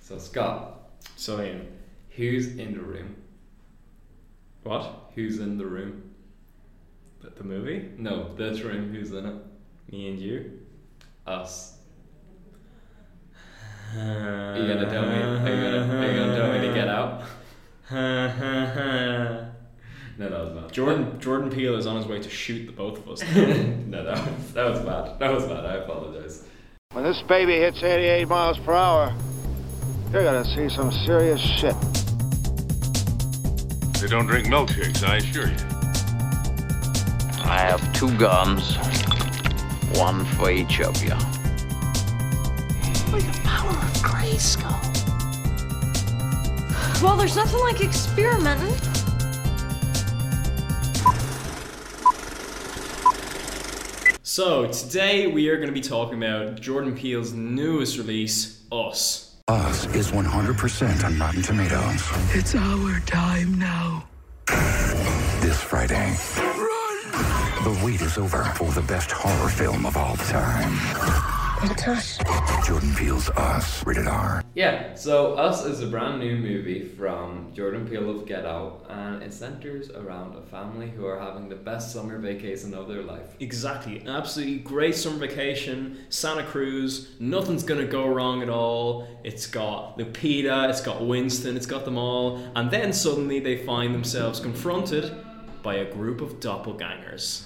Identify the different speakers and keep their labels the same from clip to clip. Speaker 1: So Scott,
Speaker 2: So Ian,
Speaker 1: who's in the room?
Speaker 2: what?
Speaker 1: Who's in the room?
Speaker 2: The, the movie?
Speaker 1: No, this room. Who's in it?
Speaker 2: Me and you?
Speaker 1: Us.
Speaker 2: Are
Speaker 1: Are you gonna tell me? Are you gonna, are you gonna tell me to get out?
Speaker 2: out?
Speaker 1: No, that was bad.
Speaker 2: Jordan Jordan Peele is on his way to shoot the both of us.
Speaker 1: no, that was, that was bad. That was bad. I apologize.
Speaker 3: When this baby hits 88 miles per hour, you're gonna see some serious shit.
Speaker 4: They don't drink milkshakes, I assure you.
Speaker 5: I have two guns, one for each of you.
Speaker 6: Well, there's nothing like experimenting.
Speaker 2: so today we are going to be talking about Jordan Peele's newest release, Us.
Speaker 7: Us is 100% on Rotten Tomatoes
Speaker 8: It's our time now.
Speaker 7: this Friday. The wait is over for the best horror film of all time. Jordan Peele's Us, rated R.
Speaker 1: Yeah, so Us is a brand new movie from Jordan Peele of Get Out, and it centers around a family who are having the best summer vacation of their life.
Speaker 2: Exactly, an absolutely great summer vacation, Santa Cruz. Nothing's gonna go wrong at all. It's got Lupita, it's got Winston, it's got them all, and then suddenly they find themselves confronted by a group of doppelgangers.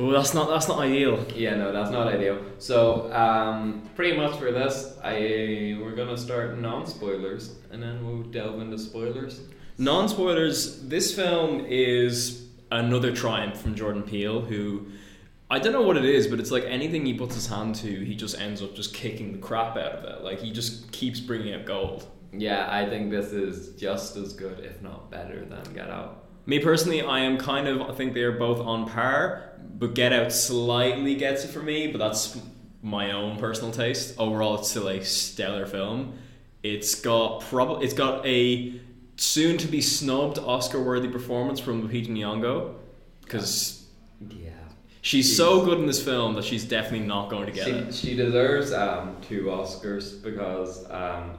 Speaker 2: Oh, that's not that's not ideal.
Speaker 1: Yeah, no, that's not ideal. So, um, pretty much for this, I we're gonna start non spoilers, and then we'll delve into spoilers.
Speaker 2: Non spoilers, this film is another triumph from Jordan Peele, who I don't know what it is, but it's like anything he puts his hand to, he just ends up just kicking the crap out of it. Like he just keeps bringing out gold.
Speaker 1: Yeah, I think this is just as good, if not better, than Get Out.
Speaker 2: Me personally, I am kind of, I think they're both on par, but Get Out slightly gets it for me, but that's my own personal taste. Overall, it's still a stellar film. It's got prob- it's got a soon to be snubbed Oscar worthy performance from Lupita Nyong'o because
Speaker 1: Yeah.
Speaker 2: she's so good in this film that she's definitely not going to get
Speaker 1: She,
Speaker 2: it.
Speaker 1: she deserves um, two Oscars because, um,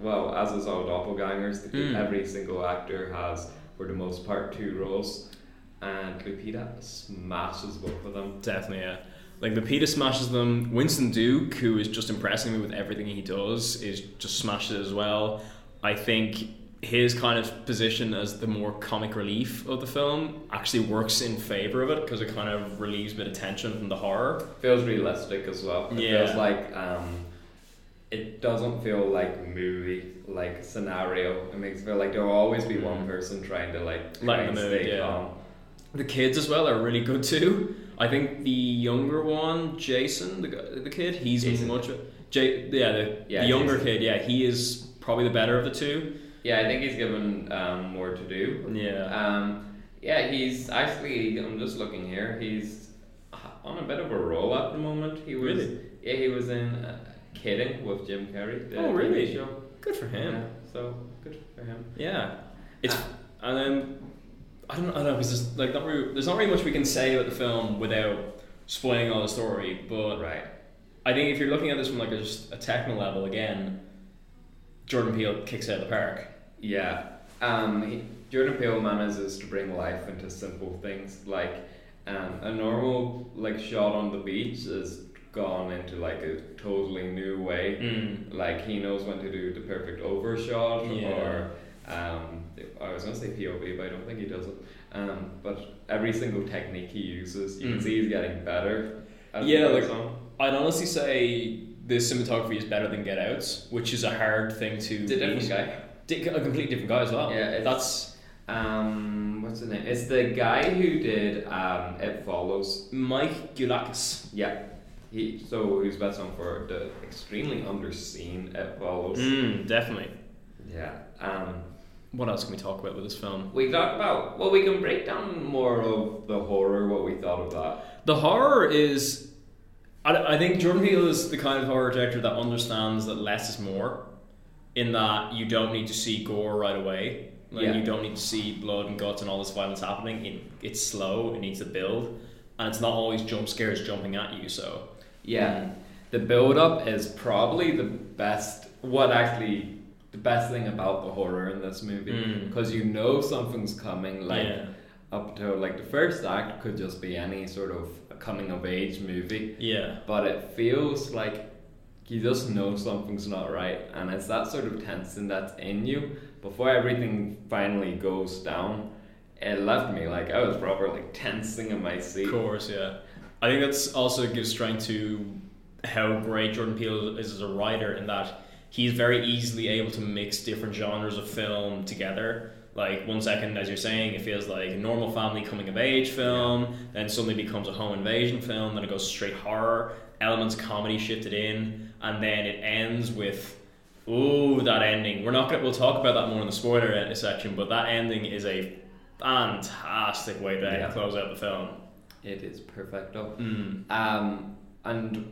Speaker 1: well, as is all doppelgangers, every single actor has, for the most part, two roles. And Lupita smashes both of them.
Speaker 2: Definitely, yeah. Like Lupita smashes them. Winston Duke, who is just impressing me with everything he does, is just smashes it as well. I think his kind of position as the more comic relief of the film actually works in favor of it because it kind of relieves a bit of tension from the horror.
Speaker 1: Feels realistic as well. It
Speaker 2: Yeah.
Speaker 1: feels like um, it doesn't feel like movie like scenario. It makes it feel like there will always be one person trying to like try
Speaker 2: Lighten
Speaker 1: and
Speaker 2: the mood,
Speaker 1: stay
Speaker 2: yeah.
Speaker 1: calm.
Speaker 2: The kids as well are really good too. I think the younger one, Jason, the gu- the kid, he's
Speaker 1: Jason.
Speaker 2: much. J- yeah, the,
Speaker 1: Yeah,
Speaker 2: the younger
Speaker 1: Jason.
Speaker 2: kid, yeah, he is probably the better of the two.
Speaker 1: Yeah, I think he's given um, more to do.
Speaker 2: Yeah.
Speaker 1: Um, yeah, he's actually. I'm just looking here. He's on a bit of a roll at the moment. He was.
Speaker 2: Really?
Speaker 1: Yeah, he was in uh, Kidding with Jim Carrey. the
Speaker 2: Oh,
Speaker 1: TV
Speaker 2: really?
Speaker 1: Show.
Speaker 2: Good for him.
Speaker 1: Yeah, so good for him.
Speaker 2: Yeah, it's
Speaker 1: Ah.
Speaker 2: and then I don't, I don't know because there's like not really, there's not really much we can say about the film without spoiling all the story. But
Speaker 1: Right.
Speaker 2: I think if you're looking at this from like a, just a technical level again, Jordan Peele kicks it out of the park.
Speaker 1: Yeah. Um, he- Jordan Peele manages to bring life into simple things like um, a normal like shot on the beach is gone into like a totally new way. Like he knows when to do the perfect overshot
Speaker 2: Yeah.
Speaker 1: or um, I was gonna say POV, but I don't think he does it. Um, but every single technique he uses, you can see he's getting better. As
Speaker 2: Mm. Yeah,
Speaker 1: he
Speaker 2: like
Speaker 1: goes on.
Speaker 2: Uh, I'd honestly say the cinematography is better than Get Out's, which is a hard thing to.
Speaker 1: It's a different
Speaker 2: beat.
Speaker 1: guy.
Speaker 2: Di- a completely different guy as well.
Speaker 1: Yeah, it's-
Speaker 2: that's
Speaker 1: um, what's the name? It's the guy who did um, It Follows.
Speaker 2: Mike Gulakis.
Speaker 1: Yeah. He so he was best known for the extremely underseen at Follows.
Speaker 2: Mm, definitely.
Speaker 1: Yeah. Um
Speaker 2: What else can we talk about with this film?
Speaker 1: we talked about well we can break down more of the horror, what we thought of that.
Speaker 2: The horror is. I, I think Jordan Peele is the kind of horror director that understands that less is more, in that you don't need to see gore right away. Like
Speaker 1: Yeah.
Speaker 2: you don't need to see blood and guts and all this violence happening. It, it's slow. It needs to build, and it's not always jump scares jumping at you. So
Speaker 1: Yeah. the build up is probably the best. What actually the best thing about the horror in this movie
Speaker 2: Mm.
Speaker 1: because you know something's coming. Like
Speaker 2: Yeah.
Speaker 1: up to like the first act could just be any sort of coming of age movie,
Speaker 2: Yeah.
Speaker 1: but it feels like you just know something's not right, and it's that sort of tension that's in you before everything finally goes down. It left me like I was proper like tensing in my seat.
Speaker 2: Of course, yeah. I think that's also gives strength to how great Jordan Peele is as a writer in that he's very easily able to mix different genres of film together. Like one second, as you're saying, it feels like a normal family coming of age film, then suddenly becomes a home invasion film, then it goes straight horror, elements of comedy shifted in, and then it ends with Ooh, that ending. We're not gonna. We'll talk about that more in the spoiler en- section, but that ending is a fantastic way to
Speaker 1: Yeah.
Speaker 2: close out the film.
Speaker 1: It is perfecto.
Speaker 2: Mm.
Speaker 1: Um, and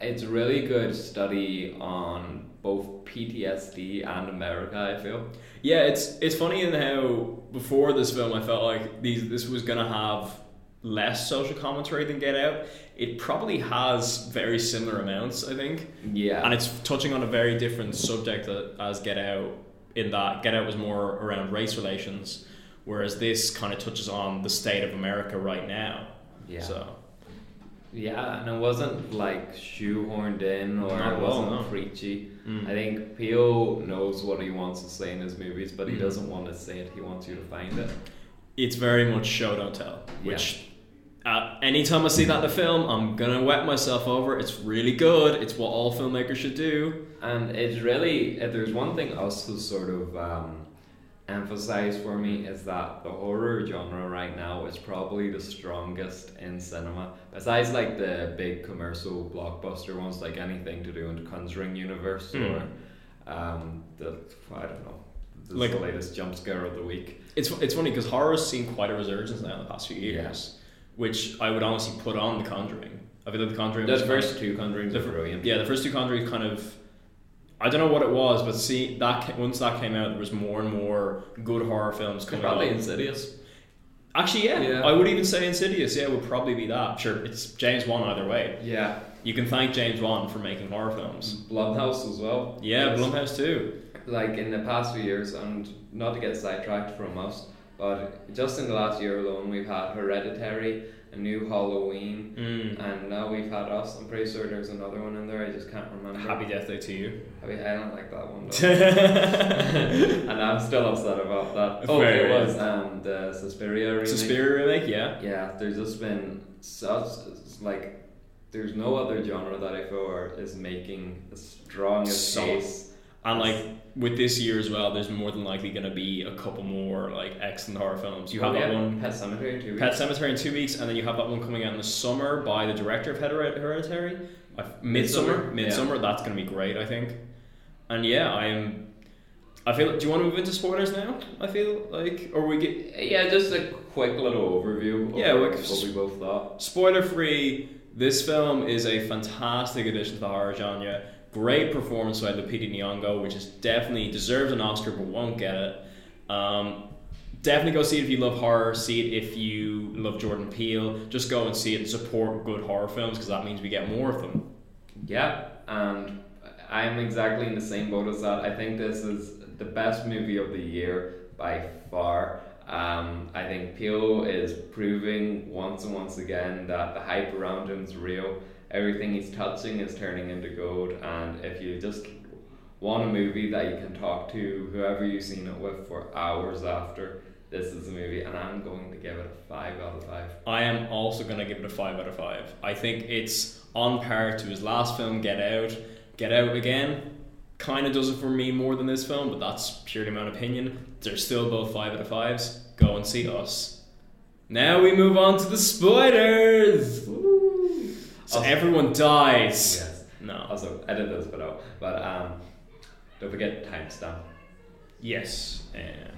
Speaker 1: it's a really good study on both PTSD and America. I feel.
Speaker 2: Yeah, it's it's funny in how before this film I felt like these this was gonna have less social commentary than Get Out. It probably has very similar amounts, I think.
Speaker 1: Yeah.
Speaker 2: And it's touching on a very different subject a- as Get Out, in that Get Out was more around race relations, whereas this kind of touches on the state of America right now.
Speaker 1: Yeah.
Speaker 2: So
Speaker 1: Yeah, and it wasn't like shoehorned in or
Speaker 2: Not
Speaker 1: it
Speaker 2: at
Speaker 1: wasn't
Speaker 2: all, no. Mm.
Speaker 1: preachy. I think Peel knows what he wants to say in his movies, but
Speaker 2: Mm.
Speaker 1: he doesn't want to say it. He wants you to find it.
Speaker 2: it's very much show don't tell. Which uh, anytime I see that in a film, I'm gonna wet myself over. It's really good. It's what all filmmakers should do.
Speaker 1: And it's really, if there's one thing also sort of um, emphasized for me is that the horror genre right now is probably the strongest in cinema. Besides like the big commercial blockbuster ones, like anything to do in the Conjuring universe
Speaker 2: Hmm.
Speaker 1: or um, the, I don't know, the
Speaker 2: Like-
Speaker 1: latest jump scare of the week.
Speaker 2: It's it's funny because horror's seen quite a resurgence now in the past few years, which I would honestly put on The Conjuring. I feel like The Conjuring.
Speaker 1: The
Speaker 2: was kind of-
Speaker 1: first two Conjurings are
Speaker 2: fir-
Speaker 1: brilliant.
Speaker 2: Yeah, the first two Conjuring kind of. I don't know what it was, but see that ca- once that came out, there was more and more good horror films coming
Speaker 1: probably
Speaker 2: out.
Speaker 1: Insidious.
Speaker 2: Actually, yeah,
Speaker 1: Yeah.
Speaker 2: I would even say Insidious. Yeah, would probably be that. Sure, it's James Wan either way.
Speaker 1: Yeah.
Speaker 2: You can thank James Wan for making horror films.
Speaker 1: Blumhouse as well.
Speaker 2: Yeah,
Speaker 1: It's-
Speaker 2: Blumhouse too.
Speaker 1: like in the past few years, and not to get sidetracked from us, but just in the last year alone, we've had Hereditary, a new Halloween,
Speaker 2: Mm.
Speaker 1: and now we've had us. I'm pretty sure there's another one in there. I just can't remember.
Speaker 2: Happy Death Day to you.
Speaker 1: Happy- I don't like that one. though. and I'm still upset about that. Oh,
Speaker 2: Fair
Speaker 1: it
Speaker 2: enough.
Speaker 1: was um, the Suspiria remake.
Speaker 2: Suspiria remake, yeah.
Speaker 1: Yeah, there's just been such it's like there's no other genre that I feel are- is making as strong a
Speaker 2: Solid.
Speaker 1: case.
Speaker 2: And like with this year as well, there's more than likely going to be a couple more like excellent horror films. You have
Speaker 1: Oh,
Speaker 2: that
Speaker 1: yeah,
Speaker 2: one,
Speaker 1: Pet Cemetery too.
Speaker 2: Pet Cemetery, in two weeks, and then you have that one coming out in the summer by the director of Hered- Hereditary, Uh, Midsummer.
Speaker 1: Midsummer,
Speaker 2: Midsummer, that's going to be great, I think. And yeah, I'm. I feel. Do you want to move into spoilers now? I feel like, or we get
Speaker 1: Yeah, just a quick little overview. Of
Speaker 2: Yeah, we
Speaker 1: what
Speaker 2: could just-
Speaker 1: we both thought.
Speaker 2: spoiler free, this film is a fantastic addition to the horror genre. Great performance by Lupita Nyong'o, which is definitely deserves an Oscar but won't get it. Um, definitely go see it if you love horror. See it if you love Jordan Peele. Just go and see it and support good horror films because that means we get more of them.
Speaker 1: Yeah, and I'm exactly in the same boat as that. I think this is the best movie of the year by far. Um, I think Peel is proving once and once again that the hype around him is real. Everything he's touching is turning into gold, and if you just want a movie that you can talk to whoever you've seen it with for hours after, this is the movie, and I'm going to give it a five out of five.
Speaker 2: I am also going to give it a 5 out of 5. I think it's on par to his last film, Get Out. Get Out again kind of does it for me more than this film, but that's purely my own opinion. They're still both 5 out of 5s. Go and see us. Now we move on to the spoilers! So everyone dies.
Speaker 1: Yes.
Speaker 2: No.
Speaker 1: Also, edit this bit out. But um, don't forget timestamp.
Speaker 2: Yes. Yeah.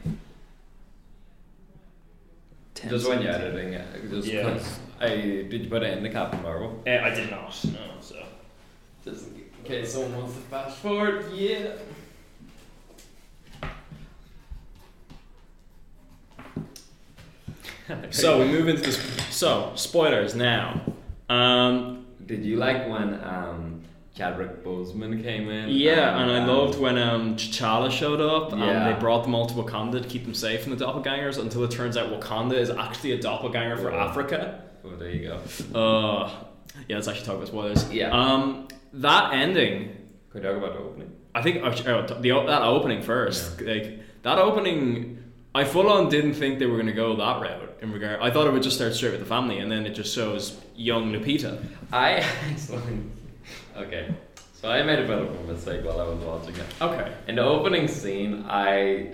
Speaker 1: Just when you're editing it. Just
Speaker 2: Yeah.
Speaker 1: put- I, did you put it in the Captain Marvel?
Speaker 2: Eh, I did not. No, so.
Speaker 1: Just in case someone wants to fast forward. Yeah.
Speaker 2: So we move into this. So spoilers now. Um,
Speaker 1: Did you like when um, Chadwick Boseman came in?
Speaker 2: Yeah, and I loved when um, T'Challa showed up
Speaker 1: Yeah.
Speaker 2: and they brought them all to Wakanda to keep them safe from the doppelgangers until it turns out Wakanda is actually a doppelganger for
Speaker 1: Whoa.
Speaker 2: Africa.
Speaker 1: Oh, there you go.
Speaker 2: Uh, yeah, let's actually talk about spoilers.
Speaker 1: Yeah.
Speaker 2: Um, that ending,
Speaker 1: Could we talk about the opening?
Speaker 2: I think uh, the that opening first, like that opening, I full on didn't think they were gonna go that route. In regard, I thought it would just start straight with the family, and then it just shows young Lupita.
Speaker 1: I actually. Okay. So I made a bit of a mistake while I was watching it.
Speaker 2: Okay.
Speaker 1: In the opening scene, I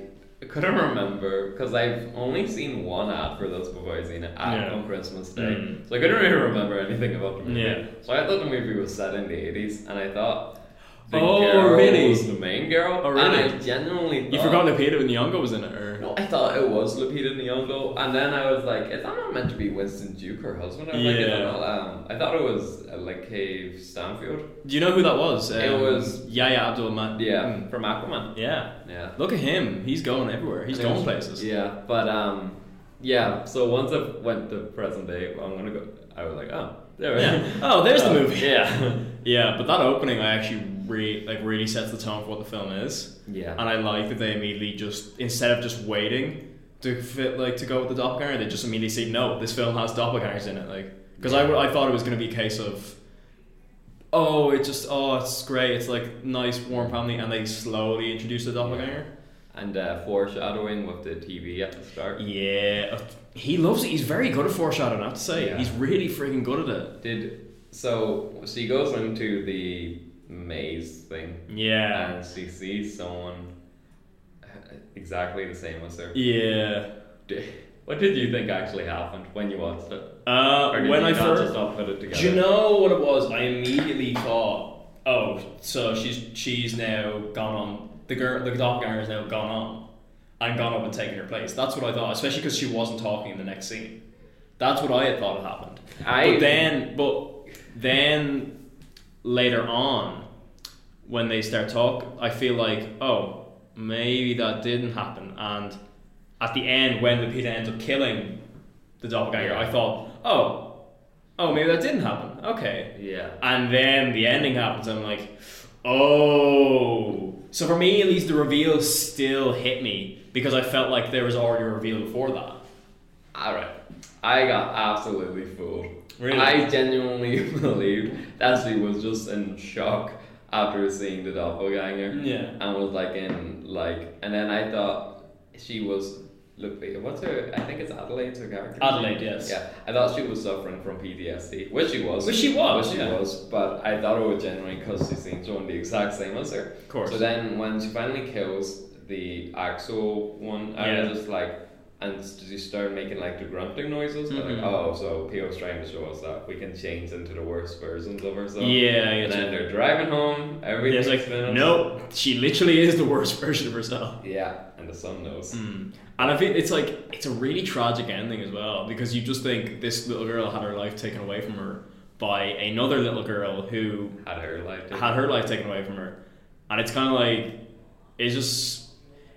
Speaker 1: couldn't remember because I've only seen one ad for this before I seen it ad
Speaker 2: Yeah.
Speaker 1: on Christmas Day,
Speaker 2: Mm.
Speaker 1: so I couldn't really remember anything about the movie.
Speaker 2: Yeah.
Speaker 1: So I thought the movie was set in the eighties, and I thought the
Speaker 2: Oh,
Speaker 1: girl
Speaker 2: really?
Speaker 1: was the main girl,
Speaker 2: Oh,
Speaker 1: and I
Speaker 2: really?
Speaker 1: genuinely
Speaker 2: You
Speaker 1: thought-
Speaker 2: forgot Lupita when Nyong'o was in it, or
Speaker 1: No, I thought it was Lupita Nyong'o, and then I was like, "Is that not meant to be Winston Duke, her husband?" I was like, "I don't
Speaker 2: Yeah.
Speaker 1: know." Um, I thought it was uh, like Cave Stanfield.
Speaker 2: do you know who that was? Um,
Speaker 1: It was-
Speaker 2: Yaya Abdul Mateen.
Speaker 1: Yeah, from Aquaman.
Speaker 2: Yeah.
Speaker 1: Yeah.
Speaker 2: Look at him. He's going everywhere. He's
Speaker 1: I think
Speaker 2: going
Speaker 1: it's-
Speaker 2: places.
Speaker 1: Yeah, but um, yeah. So once I went to present day, I'm gonna go. I was like, oh, there. we
Speaker 2: Yeah.
Speaker 1: go.
Speaker 2: Oh, there's the
Speaker 1: Oh,
Speaker 2: movie.
Speaker 1: Yeah,
Speaker 2: Yeah, but that opening I actually re- like really sets the tone for what the film is.
Speaker 1: yeah.
Speaker 2: And I like that they immediately just instead of just waiting to fit like to go with the doppelganger, they just immediately say no. This film has doppelgangers in it, like because I, w- I thought it was gonna be a case of oh it just oh it's great it's like nice warm family and they slowly introduce the doppelganger.
Speaker 1: and uh, foreshadowing with the TV at the start.
Speaker 2: Yeah, Uh, he loves it. He's very good at foreshadowing. I have to say,
Speaker 1: Yeah.
Speaker 2: he's really freaking good at it.
Speaker 1: Did so she goes into the maze thing
Speaker 2: Yeah,
Speaker 1: and she sees someone uh, exactly the same as her.
Speaker 2: yeah.
Speaker 1: Did- What did you think actually happened when you watched it?
Speaker 2: Uh,
Speaker 1: Or did
Speaker 2: when
Speaker 1: you
Speaker 2: I
Speaker 1: not
Speaker 2: first,
Speaker 1: just not put it together.
Speaker 2: do you know what it was? I immediately thought, oh, so she's she's now gone on. The girl, the doppelganger has now gone on, and gone up and taken her place. That's what I thought, especially because she wasn't talking in the next scene. That's what I had thought had happened.
Speaker 1: I-
Speaker 2: but then, but then later on, when they start talk, I feel like oh maybe that didn't happen. And at the end, when Lupita ends up killing the doppelganger, I thought oh oh maybe that didn't happen. Okay,
Speaker 1: Yeah.
Speaker 2: and then the ending happens. I'm like, oh. So for me, at least the reveal still hit me because I felt like there was already a reveal before that.
Speaker 1: All right. I got absolutely fooled.
Speaker 2: Really?
Speaker 1: I genuinely believed that she was just in shock after seeing the doppelganger.
Speaker 2: Yeah.
Speaker 1: And was like in like, and then I thought she was. Look, what's her? I think it's Adelaide's her character. name?
Speaker 2: Adelaide, yes.
Speaker 1: Yeah, I thought she was suffering from PTSD, which she was.
Speaker 2: Which she was,
Speaker 1: Which she
Speaker 2: yeah.
Speaker 1: was, but I thought it was genuine because she seemed someone the exact same as her. Of
Speaker 2: course.
Speaker 1: So then when she finally kills the actual one, I
Speaker 2: Yeah.
Speaker 1: was just like, and she started making like the grunting noises. I'm
Speaker 2: Mm-hmm.
Speaker 1: Like, oh, so P.O.'s trying to show us that we can change into the worst versions of ourselves.
Speaker 2: Yeah, I get
Speaker 1: And then
Speaker 2: you.
Speaker 1: they're driving home.
Speaker 2: Yeah,
Speaker 1: Everything's
Speaker 2: it's like
Speaker 1: finished.
Speaker 2: no, she literally is the worst version of herself.
Speaker 1: Yeah, and the sun knows.
Speaker 2: Mm. And I think it's like it's a really tragic ending as well because you just think this little girl had her life taken away from her by another little girl who
Speaker 1: Had her life. didn't
Speaker 2: had her life taken away from her, and it's kind of like it's just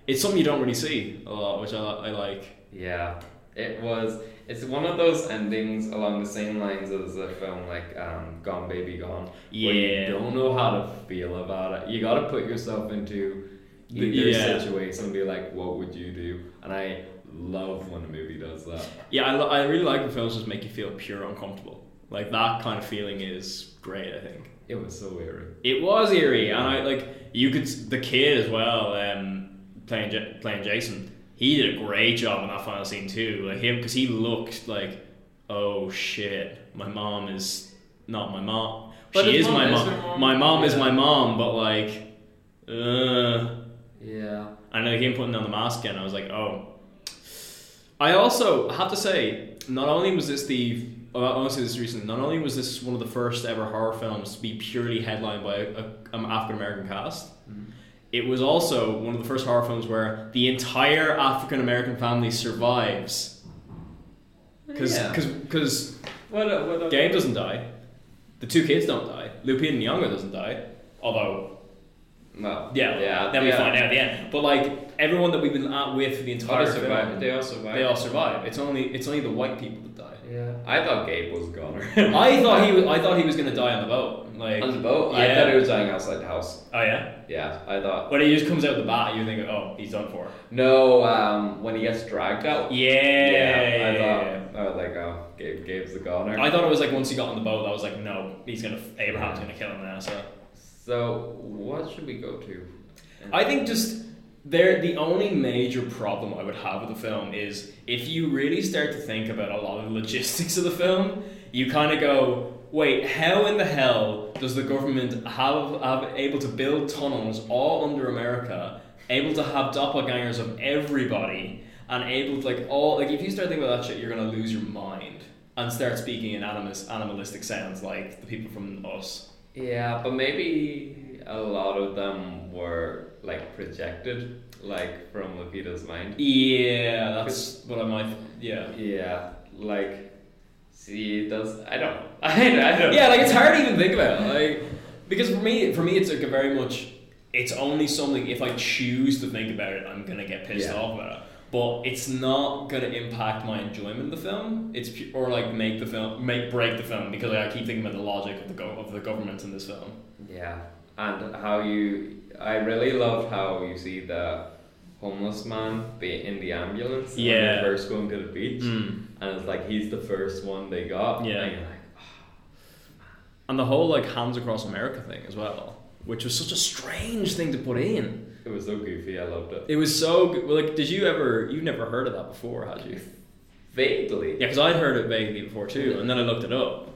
Speaker 2: it's something you don't really see a lot, which I, I like.
Speaker 1: Yeah, it was. It's one of those endings along the same lines as a film like um, Gone Baby Gone. Where
Speaker 2: Yeah.
Speaker 1: you don't know how to feel about it. You got to put yourself into
Speaker 2: The-
Speaker 1: either
Speaker 2: yeah.
Speaker 1: situation and be like, what would you do? And I love when a movie does that.
Speaker 2: Yeah, I, lo- I really like when films just make you feel pure uncomfortable. Like that kind of feeling is great. I think
Speaker 1: It was so eerie.
Speaker 2: it was eerie, and I like you could s- the kid as well um, playing Ja- playing Jason. He did a great job in that final scene too. Like him because he looked like oh shit, my mom is not my mom.
Speaker 1: But
Speaker 2: she
Speaker 1: his
Speaker 2: is my
Speaker 1: mom is
Speaker 2: mom.
Speaker 1: her mom.
Speaker 2: My mom is
Speaker 1: Yeah.
Speaker 2: my mom, but like, uh,
Speaker 1: Yeah.
Speaker 2: and like him putting on the mask again, I was like, oh. I also have to say, not only was this the oh, I want to say this recently, not only was this one of the first ever horror films to be purely headlined by a, a, an African American cast. It was also one of the first horror films where the entire African American family survives. Because
Speaker 1: Yeah.
Speaker 2: because
Speaker 1: What? a- what a-
Speaker 2: Gabe doesn't die, the two kids don't die, Lupita Nyong'o doesn't die, although
Speaker 1: Well,
Speaker 2: yeah,
Speaker 1: yeah.
Speaker 2: Then we
Speaker 1: yeah.
Speaker 2: find out at the end. But like everyone that we've been at with for the
Speaker 1: All
Speaker 2: entire
Speaker 1: survived.
Speaker 2: film,
Speaker 1: They all survived.
Speaker 2: they all survive. It's only it's only the white people that die.
Speaker 1: Yeah. I thought Gabe was a goner.
Speaker 2: I thought he was. I thought he was gonna die on the boat. Like
Speaker 1: on the boat.
Speaker 2: Yeah.
Speaker 1: I thought he was dying outside the house.
Speaker 2: Oh yeah.
Speaker 1: Yeah, I thought.
Speaker 2: When he just comes out the bat, you think, oh, he's done for.
Speaker 1: No, um, when he gets dragged out.
Speaker 2: Yeah.
Speaker 1: Yeah, I
Speaker 2: yeah,
Speaker 1: thought.
Speaker 2: yeah.
Speaker 1: I was like, oh, Gabe, Gabe's the goner.
Speaker 2: I thought it was like once he got on the boat, I was like, no, he's gonna Abraham's gonna kill him now. So
Speaker 1: so, what should we go to?
Speaker 2: I think just there the only major problem I would have with the film is if you really start to think about a lot of the logistics of the film, you kind of go, wait, how in the hell does the government have, have able to build tunnels all under America, able to have doppelgangers of everybody, and able to like all like if you start thinking about that shit, you're gonna lose your mind and start speaking in animus, animalistic sounds like the people from us.
Speaker 1: Yeah, but maybe a lot of them were like projected, like from Lupita's mind.
Speaker 2: Yeah, that's what I might. Yeah.
Speaker 1: Yeah, like see, it does I don't, I don't, I don't.
Speaker 2: yeah, like it's hard to even think about. Like because for me, for me, it's like a very much. It's only something if I choose to think about it, I'm gonna get pissed
Speaker 1: Yeah.
Speaker 2: off about it. But it's not gonna impact my enjoyment of the film. It's pu- or like make the film make break the film because I keep thinking about the logic of the go- of the government in this film.
Speaker 1: Yeah, and how you, I really loved how you see the homeless man be in the ambulance. when they're
Speaker 2: Yeah. Mm.
Speaker 1: first going to the beach, and it's like he's the first one they got.
Speaker 2: Yeah.
Speaker 1: and you're like,
Speaker 2: And the whole like hands across America thing as well, which was such a strange thing to put in.
Speaker 1: it was so goofy. I loved it.
Speaker 2: It was so good. Well, like, did you ever? You've never heard of that before, had you?
Speaker 1: Vaguely.
Speaker 2: Yeah, because I'd heard it vaguely before too, and then I looked it up,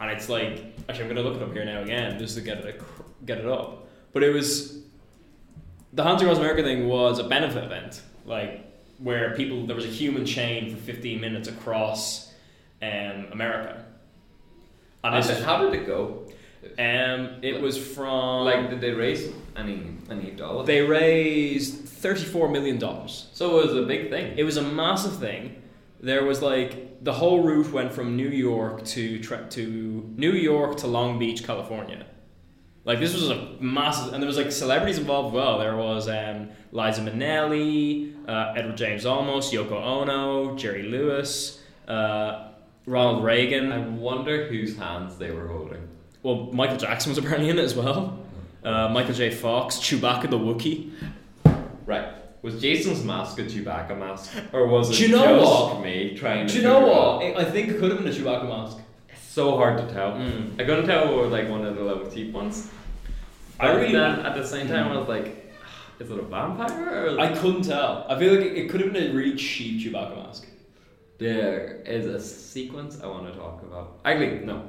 Speaker 2: and it's like actually I'm gonna look it up here now again just to get it ac- get it up. But it was the Hunter Across America thing was a benefit event, like where people there was a human chain for 15 minutes across um, America, and
Speaker 1: How
Speaker 2: this
Speaker 1: did,
Speaker 2: was,
Speaker 1: how did it go?
Speaker 2: um, it was from
Speaker 1: Like, did they raise any any dollars?
Speaker 2: they raised 34 million dollars.
Speaker 1: so it was a big thing.
Speaker 2: It was a massive thing. There was like the whole route went from New York to tra- to New York to Long Beach, California. Like this was a massive, and there was like celebrities involved. as Well, there was um, Liza Minnelli, uh, Edward James Olmos, Yoko Ono, Jerry Lewis, uh, Ronald Reagan.
Speaker 1: I wonder whose hands they were holding.
Speaker 2: Well, Michael Jackson was apparently in it as well. Uh, Michael J. Fox, Chewbacca the Wookiee.
Speaker 1: Right. Was Jason's mask a Chewbacca mask, or was it
Speaker 2: Do you know
Speaker 1: just
Speaker 2: what?
Speaker 1: me trying to?
Speaker 2: Do you know
Speaker 1: figure out?
Speaker 2: what? I I think it could have been a Chewbacca mask. Mm.
Speaker 1: so hard to tell. I couldn't tell what like one of the level cheap ones.
Speaker 2: I
Speaker 1: But
Speaker 2: really- Mm.
Speaker 1: then at the same time I was like, "Ah, is it a vampire or
Speaker 2: I couldn't tell. I feel like it it could have been a really cheap Chewbacca mask.
Speaker 1: there is a sequence I want to talk about. Actually, no,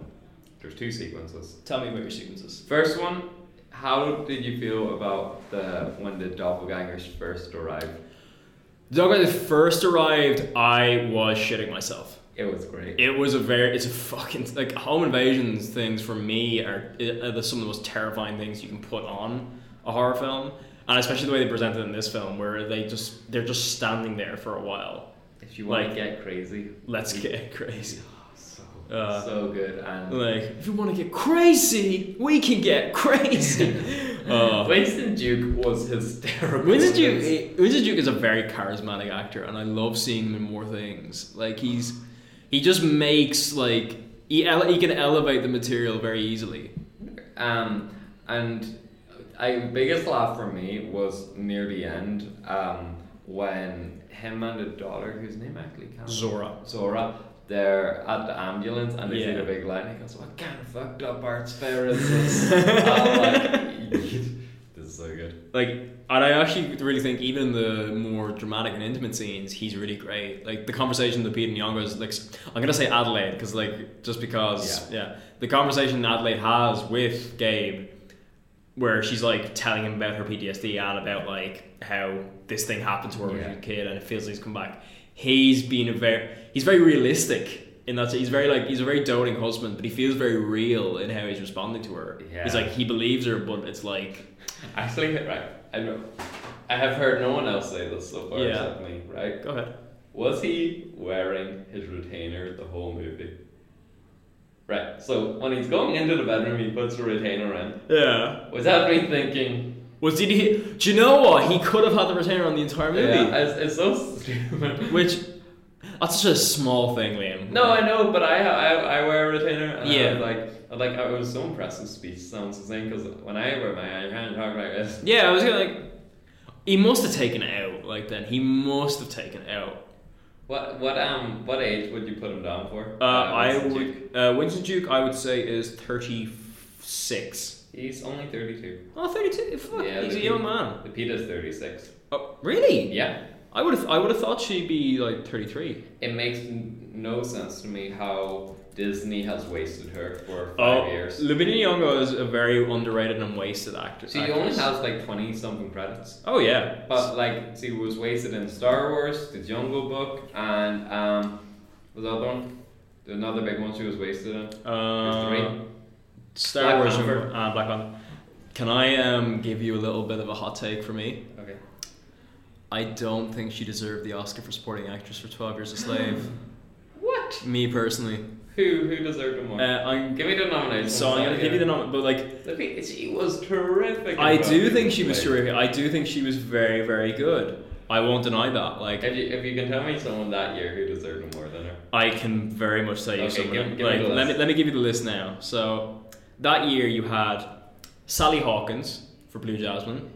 Speaker 1: there's two sequences.
Speaker 2: Tell me about your sequences.
Speaker 1: First one, how did you feel about the when the doppelgangers first arrived?
Speaker 2: The dog when they first arrived, I was shitting myself.
Speaker 1: It was great.
Speaker 2: It was a very, it's a fucking, like, home invasions things for me are, uh, are the- some of the most terrifying things you can put on a horror film. And especially the way they presented it in this film, where they just, they're just standing there for a while.
Speaker 1: if you want
Speaker 2: like-
Speaker 1: to get crazy,
Speaker 2: Let's get crazy.
Speaker 1: so
Speaker 2: Uh,
Speaker 1: so good and
Speaker 2: Like, if you want to get crazy, we can get crazy. Uh,
Speaker 1: Winston Duke was hysterical.
Speaker 2: Winston
Speaker 1: in this.
Speaker 2: Duke, Winston Duke is a very charismatic actor, and I love seeing him in more things. Like he's, he just makes like he ele- he can elevate the material very easily.
Speaker 1: Um, and I biggest laugh for me was near the end um, when him and the daughter, whose name I actually can't
Speaker 2: Zora.
Speaker 1: Zora, they're at the ambulance and they see
Speaker 2: Yeah.
Speaker 1: the big line. He goes, "What kind of fucked up arts fair is this?" I'm like, "This is so good."
Speaker 2: Like, and I actually really think even the more dramatic and intimate scenes, he's really great. Like the conversation that Pete and Yongo is like, I'm gonna say Adelaide because like just because yeah.
Speaker 1: Yeah.
Speaker 2: the conversation Adelaide has with Gabe, where she's like telling him about her PTSD and about like how this thing happened to her when she was a
Speaker 1: Yeah.
Speaker 2: kid and it feels like he's come back. He's been a very he's very realistic. In that he's very like he's a very doting husband, but he feels very real in how he's responding to her.
Speaker 1: Yeah.
Speaker 2: He's like he believes her, but it's like
Speaker 1: Actually, right, I know. I have heard no one else say this so far
Speaker 2: Yeah.
Speaker 1: except me, right?
Speaker 2: go ahead.
Speaker 1: Was he wearing his retainer the whole movie? Right, so when he's going into the bedroom, he puts the retainer in.
Speaker 2: Yeah.
Speaker 1: Without me thinking,
Speaker 2: Well, did he? Do you know what? He could have had the retainer on the entire movie.
Speaker 1: yeah, it's, it's so stupid.
Speaker 2: Which, That's such a small thing, Liam.
Speaker 1: No, I know, but I I, I wear a retainer. And
Speaker 2: Yeah.
Speaker 1: I was like, I was like I was so impressed with speech sounds the same because when I wear my I can't talk like this.
Speaker 2: Yeah, I was gonna like. He must have taken it out. Like then, he must have taken it out.
Speaker 1: What what um what age would you put him down for?
Speaker 2: Uh, I
Speaker 1: Winston
Speaker 2: would.
Speaker 1: Duke.
Speaker 2: Uh, Winston Duke, I would say, is thirty-six.
Speaker 1: He's only thirty two.
Speaker 2: Oh, 32? Fuck,
Speaker 1: Yeah,
Speaker 2: he's
Speaker 1: the
Speaker 2: a young
Speaker 1: kid-
Speaker 2: man.
Speaker 1: The Peta's thirty six.
Speaker 2: Oh, really?
Speaker 1: Yeah.
Speaker 2: I would have. I would have thought she'd be like thirty-three.
Speaker 1: It makes n- no sense to me how Disney has wasted her for five
Speaker 2: Oh,
Speaker 1: years.
Speaker 2: Lupita Nyong'o is a very underrated and wasted actor.
Speaker 1: She only has like twenty something credits,
Speaker 2: Oh yeah.
Speaker 1: but like she was wasted in Star Wars, The Jungle Book, and um, was the other one, another big one she was wasted in.
Speaker 2: Uh,
Speaker 1: three.
Speaker 2: Star
Speaker 1: Black
Speaker 2: Wars
Speaker 1: Panther.
Speaker 2: and uh, Black Panther. Can I um, give you a little bit of a hot take for me?
Speaker 1: Okay.
Speaker 2: I don't think she deserved the Oscar for supporting actress for Twelve Years a Slave. what? Me personally.
Speaker 1: Who who deserved it
Speaker 2: Uh,
Speaker 1: more?
Speaker 2: I'm
Speaker 1: give me the nomination.
Speaker 2: so I'm gonna give you the nom, but like
Speaker 1: nomination. She was terrific. in
Speaker 2: I
Speaker 1: Twelve
Speaker 2: do
Speaker 1: Years
Speaker 2: think
Speaker 1: a
Speaker 2: she was
Speaker 1: Slave.
Speaker 2: terrific. I do think she was very, very good. I won't deny that. Like
Speaker 1: If you, if you can tell me someone that year who deserved it more than her,
Speaker 2: I can very much say you
Speaker 1: Okay,
Speaker 2: someone.
Speaker 1: give- give me
Speaker 2: like
Speaker 1: the
Speaker 2: let me
Speaker 1: list.
Speaker 2: let me give you the list now. So that year you had Sally Hawkins for Blue Jasmine,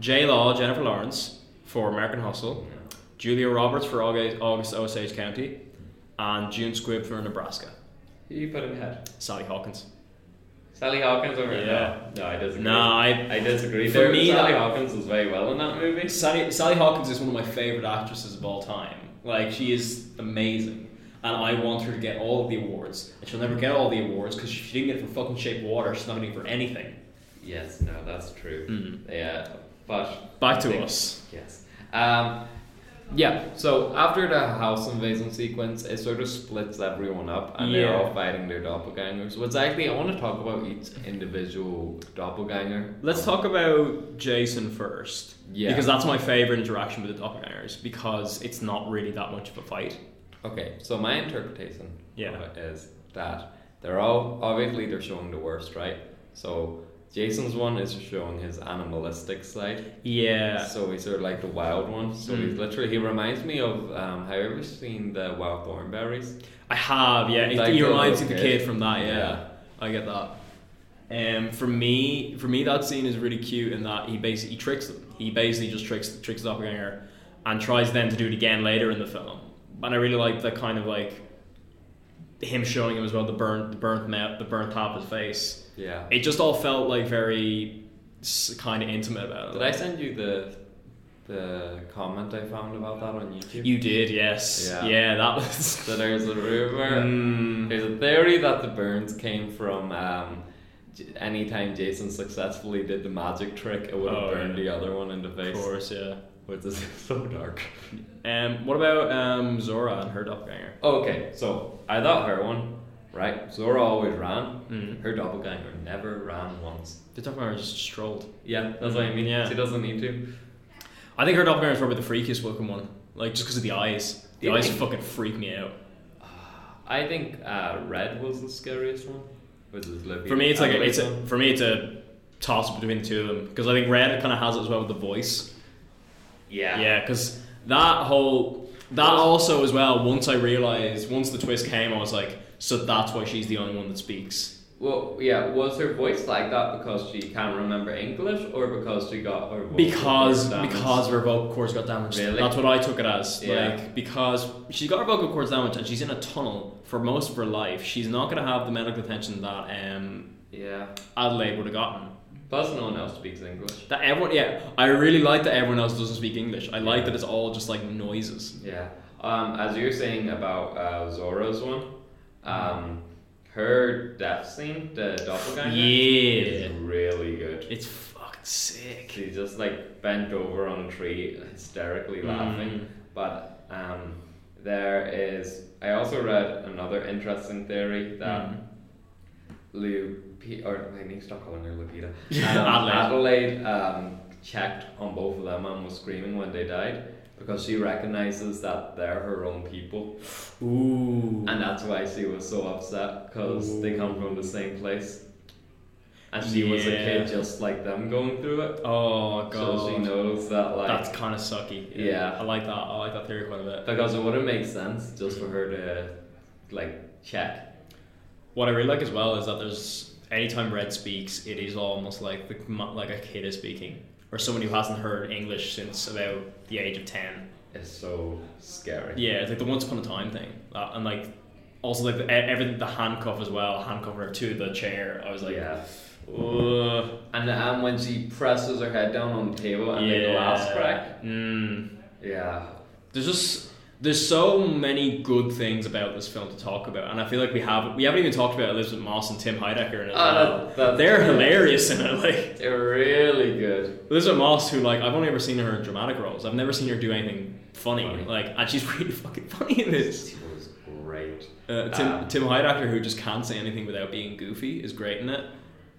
Speaker 2: J Law Jennifer Lawrence for American Hustle, Julia Roberts for August, August Osage County, and June Squibb for Nebraska.
Speaker 1: who you put in head?
Speaker 2: Sally Hawkins.
Speaker 1: Sally Hawkins over
Speaker 2: Yeah.
Speaker 1: no, no, I disagree.
Speaker 2: No, I
Speaker 1: I disagree.
Speaker 2: For
Speaker 1: there.
Speaker 2: me,
Speaker 1: Sally
Speaker 2: that-
Speaker 1: Hawkins was very well in that movie.
Speaker 2: Sally, Sally Hawkins is one of my favorite actresses of all time. Like she is amazing, and I want her to get all of the awards. And she'll never get all the awards because she didn't get it for fucking Shape of Water. She's not getting it for anything.
Speaker 1: Yes, no, that's true.
Speaker 2: Mm.
Speaker 1: Yeah, but
Speaker 2: Back to us.
Speaker 1: yes. Um, yeah. So after the house invasion sequence, it sort of splits everyone up, and they're
Speaker 2: Yeah.
Speaker 1: all fighting their doppelgangers. Which actually, I want to talk about each individual doppelganger.
Speaker 2: Let's talk about Jason first.
Speaker 1: Yeah.
Speaker 2: Because that's my favorite interaction with the doppelgangers because it's not really that much of a fight.
Speaker 1: Okay, so my interpretation
Speaker 2: Yeah.
Speaker 1: of it is that they're all obviously they're showing the worst, right? So Jason's one is showing his animalistic side.
Speaker 2: Yeah. Mm.
Speaker 1: So he's sort of like the wild one. So he's literally he reminds me of um have you ever seen the wild thornberries?
Speaker 2: I have, yeah. It,
Speaker 1: Like
Speaker 2: he
Speaker 1: the
Speaker 2: reminds me
Speaker 1: little
Speaker 2: of the
Speaker 1: kid.
Speaker 2: kid from that, yeah.
Speaker 1: Yeah.
Speaker 2: I get that. Um, for me, for me, that scene is really cute in that he basically tricks them. He basically just tricks tricks the doppelganger, and tries then to do it again later in the film. And I really like that kind of like him showing him as well the burnt the burnt mouth the burnt top of his face.
Speaker 1: Yeah.
Speaker 2: it just all felt like very kind of intimate about it.
Speaker 1: Did I send you the the comment I found about that on YouTube?
Speaker 2: You did, yes. Yeah,
Speaker 1: Yeah.
Speaker 2: that was.
Speaker 1: so there's a rumor
Speaker 2: Mm.
Speaker 1: there's a theory that the burns came from um J- Anytime Jason successfully did the magic trick, it would have
Speaker 2: Oh,
Speaker 1: burned
Speaker 2: yeah.
Speaker 1: the other one in the
Speaker 2: Of
Speaker 1: face.
Speaker 2: course, yeah.
Speaker 1: Which is so dark.
Speaker 2: Um, what about um, Zora and her doppelganger?
Speaker 1: Okay, so I thought her one, right? Zora always ran.
Speaker 2: Mm-hmm.
Speaker 1: Her doppelganger never ran once.
Speaker 2: The doppelganger just strolled.
Speaker 1: Yeah, that's what I mean.
Speaker 2: Yeah.
Speaker 1: She doesn't need to.
Speaker 2: I think her doppelganger is probably the freakiest looking one. Like, just because of the eyes.
Speaker 1: Do
Speaker 2: The
Speaker 1: you
Speaker 2: eyes
Speaker 1: think-
Speaker 2: fucking freak me out.
Speaker 1: I think uh, red was the scariest one. Was his Libby.
Speaker 2: For me, it's like a,
Speaker 1: Emily's
Speaker 2: it's a,
Speaker 1: one.
Speaker 2: for me, it's a toss up between the two of them. Because I think Red kind of has it as well with the voice.
Speaker 1: yeah.
Speaker 2: Yeah, because that whole that also as well. Once I realized, once the twist came, I was like, so that's why she's the only one that speaks.
Speaker 1: Well, yeah. Was her voice like that because she can't remember English, or because she got her voice
Speaker 2: Because
Speaker 1: damaged?
Speaker 2: because her vocal cords got damaged.
Speaker 1: Really?
Speaker 2: That's what I took it as.
Speaker 1: Yeah.
Speaker 2: Like because she got her vocal cords damaged and she's in a tunnel for most of her life. She's not gonna have the medical attention that um,
Speaker 1: yeah.
Speaker 2: Adelaide would have gotten.
Speaker 1: Plus, no one else speaks English.
Speaker 2: That everyone, yeah, I really like that everyone else doesn't speak English. I like that it's all just like noises.
Speaker 1: Yeah. Um, as you were saying about uh, Zora's one, um, her death scene, the doppelganger,
Speaker 2: Yeah,
Speaker 1: is really good.
Speaker 2: it's fucking sick.
Speaker 1: She just like bent over on a tree,
Speaker 2: Mm.
Speaker 1: hysterically laughing. But um, there is. I also read another interesting theory
Speaker 2: Mm.
Speaker 1: that Lupita, or I need to stop calling her Lupita. Um, Adelaide um, checked on both of them and was screaming when they died because she recognizes that they're her own people,
Speaker 2: Ooh.
Speaker 1: and that's why she was so upset because they come from the same place. and she was a
Speaker 2: Yeah.
Speaker 1: kid just like them going through it.
Speaker 2: Oh god,
Speaker 1: So she knows that like
Speaker 2: that's kind of sucky.
Speaker 1: Yeah.
Speaker 2: I like that. I like that theory quite a bit.
Speaker 1: because it wouldn't make sense just for her to like check.
Speaker 2: What I really like as well is that there's anytime Red speaks, it is almost like the, like a kid is speaking or someone who hasn't heard English since about the age of ten.
Speaker 1: It's so scary.
Speaker 2: Yeah, it's like the once upon a time thing, uh, and like also like the, e- everything the handcuff as well, handcuff her to the chair. I was like,
Speaker 1: Yeah.
Speaker 2: "Ugh."
Speaker 1: And and when she presses her head down on the table and the glass
Speaker 2: Yeah.
Speaker 1: crack.
Speaker 2: Mm.
Speaker 1: Yeah.
Speaker 2: There's just there's so many good things about this film to talk about, and I feel like we have we haven't even talked about Elizabeth Moss and Tim Heidecker in it. as
Speaker 1: Ah,
Speaker 2: well.
Speaker 1: that- that-
Speaker 2: They're
Speaker 1: yeah.
Speaker 2: hilarious in it. Like
Speaker 1: They're really good.
Speaker 2: Elizabeth Moss, who like I've only ever seen her in dramatic roles. I've never seen her do anything funny. Like and she's really fucking funny in this.
Speaker 1: It was great.
Speaker 2: Uh, Tim
Speaker 1: Um,
Speaker 2: Tim Heidecker, who just can't say anything without being goofy, is great in it.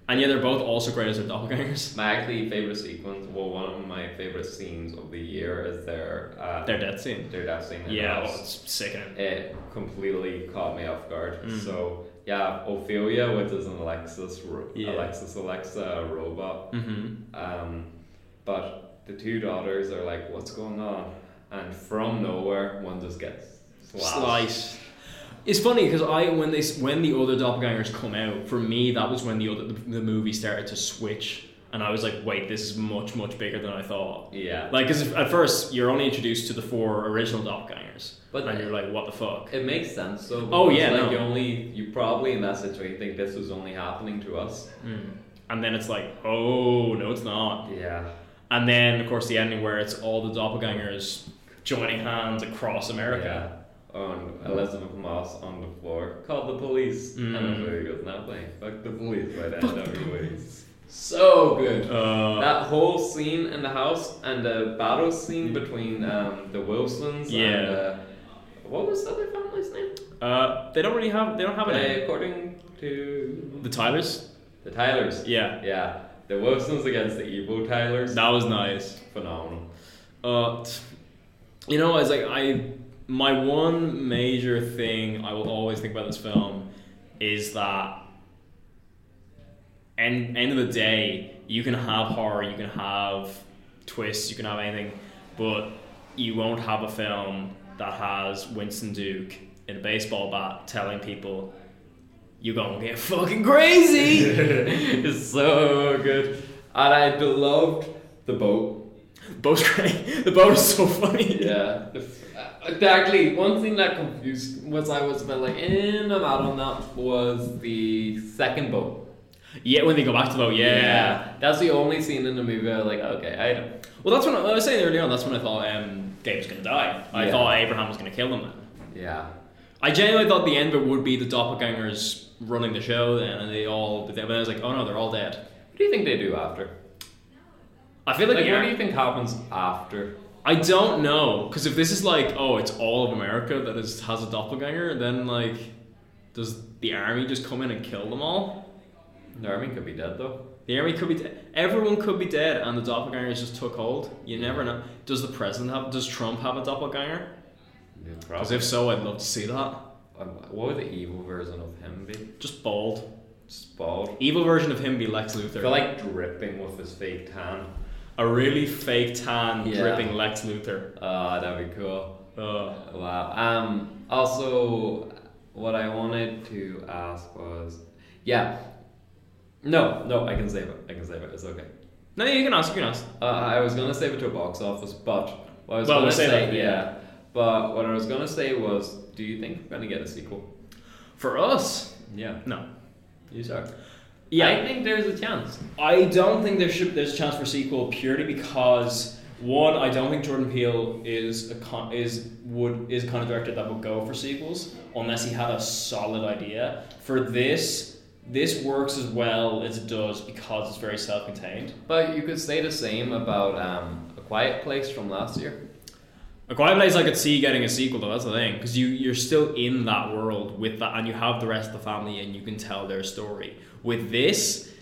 Speaker 2: And yeah, they're both also great as their doppelgangers.
Speaker 1: My actually favorite sequence, well, one of my favorite scenes of the year is their uh,
Speaker 2: Their death scene.
Speaker 1: their death scene. in
Speaker 2: Yeah, oh,
Speaker 1: House.
Speaker 2: it's sickening.
Speaker 1: it completely caught me off guard.
Speaker 2: Mm.
Speaker 1: So yeah, Ophelia, which is an Alexis, ro-
Speaker 2: Yeah.
Speaker 1: Alexis Alexa robot. Mm-hmm. Um, but the two daughters are like, "What's going on?" And from nowhere, one just gets slashed.
Speaker 2: Slice. It's funny because I when they when the other doppelgangers come out for me that was when the other the, the movie started to switch and I was like wait this is much much bigger than I thought
Speaker 1: Yeah.
Speaker 2: like because at first you're only introduced to the four original doppelgangers
Speaker 1: But-
Speaker 2: and you're like what the fuck
Speaker 1: It makes sense. So
Speaker 2: Oh,
Speaker 1: because,
Speaker 2: yeah,
Speaker 1: like
Speaker 2: no.
Speaker 1: you only you probably in that situation think this was only happening to us.
Speaker 2: and then it's like oh no it's not
Speaker 1: Yeah.
Speaker 2: and then of course the ending where it's all the doppelgangers joining hands across America
Speaker 1: Yeah. On Elizabeth Moss on the floor, call the police.
Speaker 2: Mm.
Speaker 1: And Ophelia goes, not playing. Fuck the police by the end everybody's. So good.
Speaker 2: Uh,
Speaker 1: that whole scene in the house and the battle scene between um, the Wilsons and
Speaker 2: Yeah.
Speaker 1: uh, what was the other family's name?
Speaker 2: uh, they don't really have they don't have
Speaker 1: Uh,
Speaker 2: any
Speaker 1: according to
Speaker 2: the Tylers
Speaker 1: the Tylers.
Speaker 2: yeah
Speaker 1: Yeah. The Wilsons against the evil Tylers.
Speaker 2: that was nice
Speaker 1: Phenomenal.
Speaker 2: Uh, t- you know, I was like, I my one major thing I will always think about this film is that end end of the day, you can have horror, you can have twists, you can have anything, but you won't have a film that has Winston Duke in a baseball bat telling people you're gonna get fucking crazy.
Speaker 1: it's so good. And I loved the boat.
Speaker 2: Boat's great. The boat is so funny.
Speaker 1: Yeah. uh, Exactly. One thing that confused was I was a bit like eh, in and out on that was the second boat.
Speaker 2: Yeah, when they go back to the boat, yeah.
Speaker 1: That's the only scene in the movie I was like, okay, I don't.
Speaker 2: Well, that's when I, I was saying earlier on. That's when I thought um, Gabe was going to die. I
Speaker 1: Yeah.
Speaker 2: thought Abraham was going to kill him. Then.
Speaker 1: Yeah.
Speaker 2: I genuinely thought the end of it would be the doppelgangers running the show, then, and they all. But then I was like, oh no, they're all dead.
Speaker 1: What do you think they do after?
Speaker 2: I feel like,
Speaker 1: Like, what do
Speaker 2: yeah,
Speaker 1: you think happens after?
Speaker 2: I don't know because if this is like, oh, it's all of America that is, has a doppelganger, then like, does the army just come in and kill them all?
Speaker 1: The army could be dead though.
Speaker 2: The army could be dead. Everyone could be dead, and the doppelgangers just took hold. You never know. Does the president have? Does Trump have a doppelganger? Because if so, I'd love to see that.
Speaker 1: Um, what would the evil version of him be?
Speaker 2: Just bald.
Speaker 1: Just bald.
Speaker 2: Evil version of him be Lex
Speaker 1: I
Speaker 2: Luthor.
Speaker 1: feel like dripping with his fake tan.
Speaker 2: a really fake tan,
Speaker 1: Yeah.
Speaker 2: dripping Lex Luthor.
Speaker 1: Ah, that'd be cool.
Speaker 2: Uh,
Speaker 1: Wow. Um, also, what I wanted to ask was, yeah, no, no, I can save it. I can save it. It's okay.
Speaker 2: no, you can ask. You can ask.
Speaker 1: Uh, I was gonna save it to a box office, but what I was
Speaker 2: Well,
Speaker 1: gonna
Speaker 2: we'll save
Speaker 1: say,
Speaker 2: that for the
Speaker 1: yeah. But what I was gonna say was, do you think we're gonna get a sequel?
Speaker 2: For us,
Speaker 1: Yeah,
Speaker 2: no.
Speaker 1: you are. I
Speaker 2: Yeah,
Speaker 1: think there's a chance.
Speaker 2: I don't think there should. There's a chance for a sequel purely because one, I don't think Jordan Peele is a con, is would is the kind of director that would go for sequels unless he had a solid idea. For this, this works as well as it does because it's very self-contained.
Speaker 1: But you could say the same about um, A Quiet Place from last year.
Speaker 2: A Quiet Place I could see getting a sequel though, that's the thing. Because you, you're still in that world with that and you have the rest of the family and you can tell their story. With this,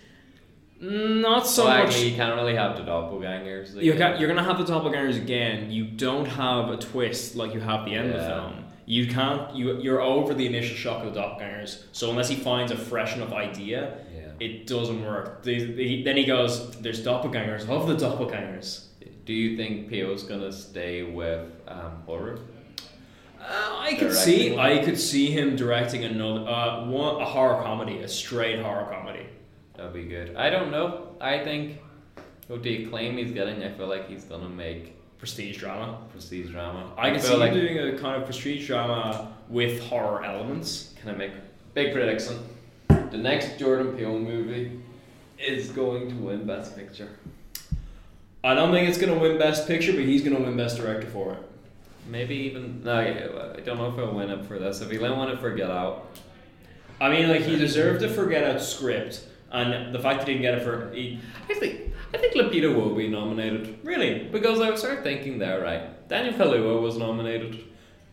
Speaker 2: not so
Speaker 1: well,
Speaker 2: much
Speaker 1: actually, you can't really have the doppelgangers.
Speaker 2: you're,
Speaker 1: again.
Speaker 2: ga- you're gonna have the doppelgangers again. You don't have a twist like you have the end of the
Speaker 1: Yeah.
Speaker 2: film. You can't. You you're over the initial shock of the doppelgangers. So unless he finds a fresh enough idea,
Speaker 1: Yeah.
Speaker 2: It doesn't work. They, they, then he goes, "There's doppelgangers of the doppelgangers."
Speaker 1: Do you think Peel's gonna stay with um, horror?
Speaker 2: Uh, I could
Speaker 1: Directing
Speaker 2: see,
Speaker 1: one.
Speaker 2: I could see him directing another uh, one, a horror comedy, a straight horror comedy.
Speaker 1: That'd be good. I don't know. I think with the acclaim he's getting, I feel like he's gonna make
Speaker 2: prestige drama.
Speaker 1: prestige drama.
Speaker 2: I can
Speaker 1: feel
Speaker 2: see
Speaker 1: like
Speaker 2: him doing a kind of prestige drama with horror elements.
Speaker 1: Can I make big prediction? The next Jordan Peele movie is going to win Best Picture.
Speaker 2: I don't think it's gonna win Best Picture, but he's gonna win Best Director for it.
Speaker 1: Maybe even no. yeah, I don't know if he'll win it for this. If he didn't win it for Get Out,
Speaker 2: I mean, like he deserved to forget out script, and the fact that he didn't get it for he,
Speaker 1: I think I think Lupita will be nominated
Speaker 2: really,
Speaker 1: because I was sort of thinking there, right? Daniel Kaluuya was nominated,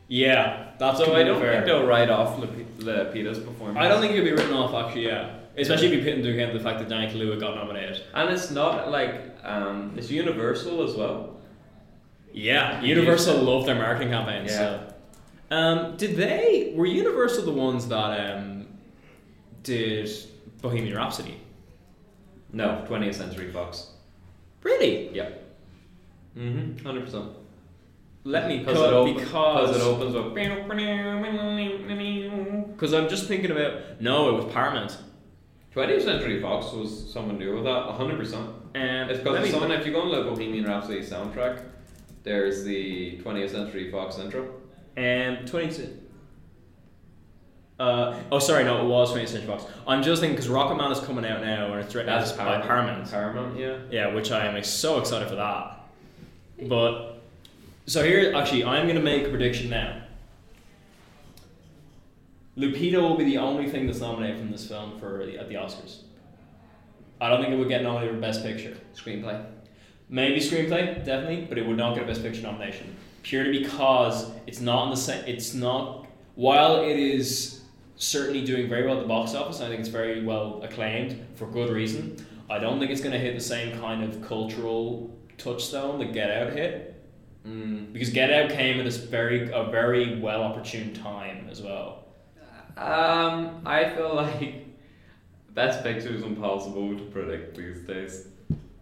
Speaker 2: yeah, that's
Speaker 1: so I don't
Speaker 2: fair.
Speaker 1: think they'll write off Lupi- Lupita's performance.
Speaker 2: I don't think he'll be written off actually. Yeah, especially if you put into account the fact that Danny Kaluuya got nominated.
Speaker 1: and it's not like um, it's Universal as well.
Speaker 2: Yeah, Universal love their marketing campaigns.
Speaker 1: Yeah.
Speaker 2: So. Um, did they were Universal the ones that um, did Bohemian Rhapsody?
Speaker 1: No, 20th Century Fox.
Speaker 2: Really?
Speaker 1: Yep. Mhm. Hundred percent.
Speaker 2: Let me
Speaker 1: Because
Speaker 2: cut
Speaker 1: it, op-
Speaker 2: because
Speaker 1: because it opens with.
Speaker 2: because I'm just thinking about no, it was Paramount.
Speaker 1: 20th Century Fox was someone new with that, 100%.
Speaker 2: Um,
Speaker 1: It's
Speaker 2: let
Speaker 1: because
Speaker 2: me-
Speaker 1: if someone, if you go on the Bohemian Rhapsody soundtrack, there's the 20th Century Fox intro.
Speaker 2: Um, 22. Uh, oh, sorry, no, it was 20th Century Fox. I'm just thinking because Rocket Man is coming out now and it's written as by Paramount.
Speaker 1: Paramount, yeah.
Speaker 2: Yeah, which I am so excited for that. But, so here, actually, I'm going to make a prediction now. Lupita will be the only thing that's nominated from this film for the, at the Oscars. I don't think it would get nominated for Best Picture.
Speaker 1: Screenplay.
Speaker 2: Maybe screenplay, definitely, but it would not get a best picture nomination purely because it's not in the same. It's not while it is certainly doing very well at the box office. I think it's very well acclaimed for good reason. I don't think it's going to hit the same kind of cultural touchstone that Get Out hit
Speaker 1: Mm.
Speaker 2: because Get Out came at this very a very well opportune time as well.
Speaker 1: Um, I feel like Best Picture is impossible to predict these days.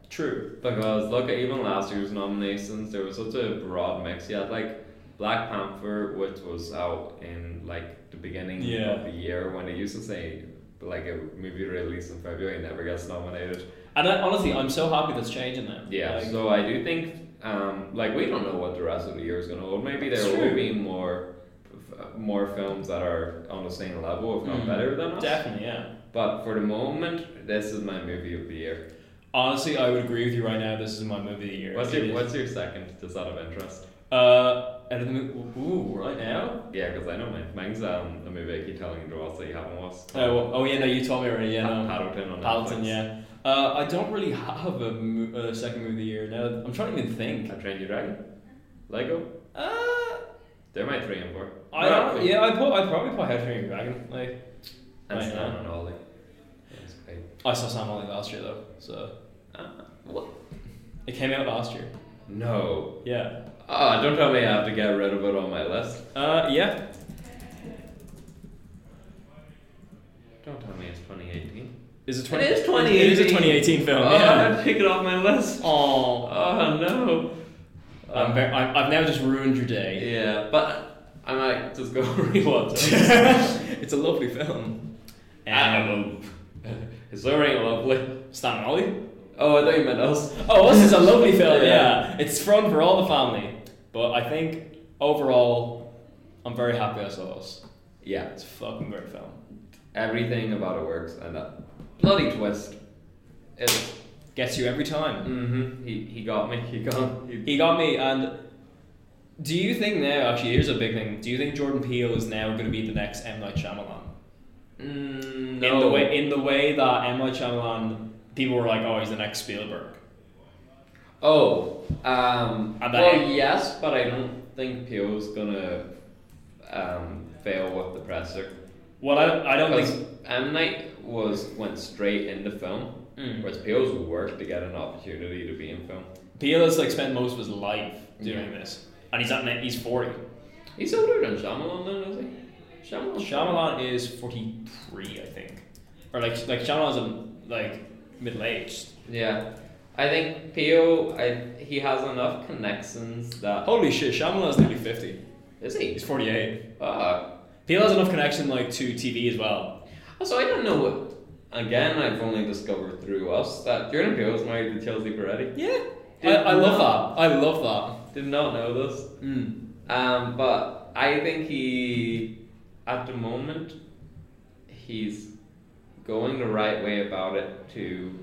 Speaker 2: True.
Speaker 1: Because look at even last year's nominations, there was such a broad mix. You had like Black Panther, which was out in like the beginning
Speaker 2: Yeah.
Speaker 1: of the year when they used to say like a movie released in February never gets nominated.
Speaker 2: And I, honestly, I'm so happy that's changing now.
Speaker 1: Yeah,
Speaker 2: Like,
Speaker 1: so I do think um, like we don't know what the rest of the year is gonna hold. Maybe there
Speaker 2: It's
Speaker 1: will
Speaker 2: true.
Speaker 1: be more more films that are on the same level, if not
Speaker 2: Mm.
Speaker 1: better than us.
Speaker 2: definitely, yeah.
Speaker 1: But for the moment, this is my movie of the year.
Speaker 2: Honestly, I would agree with you right now. This is my movie of the year.
Speaker 1: What's
Speaker 2: It
Speaker 1: your
Speaker 2: is-
Speaker 1: What's your second? Just out of interest.
Speaker 2: Uh, out of the movie. Ooh, right now?
Speaker 1: Yeah, because I know mine. Mine's um, a movie I keep telling you to watch that you haven't watched.
Speaker 2: Oh, well- oh yeah, no, you told me already. Yeah,
Speaker 1: Pa-
Speaker 2: no.
Speaker 1: Paddleton on
Speaker 2: Paddleton,
Speaker 1: Netflix.
Speaker 2: yeah. Uh, I don't really have a, mo- a second movie of the year now. I'm trying to even think.
Speaker 1: I Trained Your Dragon, Lego.
Speaker 2: Uh,
Speaker 1: They're my three and four.
Speaker 2: I don't. Oh, Yeah, I put. I probably put How to Train Your Dragon. Like,
Speaker 1: And
Speaker 2: Right,
Speaker 1: Stan
Speaker 2: yeah.
Speaker 1: and Ollie. That's great.
Speaker 2: I saw Sam Only last year though, so
Speaker 1: Ah, what?
Speaker 2: it came out last year.
Speaker 1: No.
Speaker 2: Yeah.
Speaker 1: Ah, don't tell me I have to get rid of it on my list.
Speaker 2: Uh, yeah.
Speaker 1: Don't tell me it's 2018.
Speaker 2: Is it
Speaker 1: It is
Speaker 2: It is a 2018 film. yeah.
Speaker 1: I took Oh, it off my list.
Speaker 2: Oh.
Speaker 1: Oh no.
Speaker 2: I'm very, I'm, I've now just ruined your day.
Speaker 1: Yeah, but I might just go rewatch it.
Speaker 2: it's a lovely film. Um,
Speaker 1: I will. It's already lovely.
Speaker 2: Stan Ollie.
Speaker 1: Oh, I thought you meant us.
Speaker 2: Oh, this is a lovely film. Yeah.
Speaker 1: Yeah.
Speaker 2: it's fun for all the family. But I think overall, I'm very happy I saw this.
Speaker 1: Yeah,
Speaker 2: It's a fucking great film.
Speaker 1: everything about it works, and that bloody twist. It,
Speaker 2: Gets you every time.
Speaker 1: mm-hmm. He he got me. He got. He,
Speaker 2: He got me. And do you think now? Actually, here's a big thing. Do you think Jordan Peele is now going to be the next M Night Shyamalan?
Speaker 1: mm,
Speaker 2: In the way, in the way that M Night Shyamalan, people were like, "Oh, he's the next Spielberg."
Speaker 1: Oh, um,
Speaker 2: And
Speaker 1: well,
Speaker 2: I-
Speaker 1: yes, but I don't think Peel's gonna um, fail with the presser.
Speaker 2: Well, I, I don't
Speaker 1: Because
Speaker 2: think.
Speaker 1: M Night was went straight into film,
Speaker 2: Mm.
Speaker 1: whereas Peel's worked to get an opportunity to be in film.
Speaker 2: Peele has like spent most of his life doing
Speaker 1: Yeah.
Speaker 2: this, and he's at he's forty.
Speaker 1: He's older than Shyamalan, then, is he? Shyamalan.
Speaker 2: Shyamalan is forty three, I think, or like like Shyamalan's like middle aged.
Speaker 1: Yeah. I think Pio, I, he has enough connections that.
Speaker 2: Holy shit, Shyamalan's nearly fifty.
Speaker 1: Is he?
Speaker 2: He's forty eight.
Speaker 1: Fuck.
Speaker 2: Peel has enough connection like to TV as well.
Speaker 1: Also, I don't know what. Again, I've only discovered through us that Jordan Peele is married to Chelsea Peretti.
Speaker 2: Yeah, I,
Speaker 1: Did
Speaker 2: I love
Speaker 1: not-
Speaker 2: that. I love
Speaker 1: Did not know this.
Speaker 2: that. Mm.
Speaker 1: Um, but I think he, at the moment, he's going the right way about it to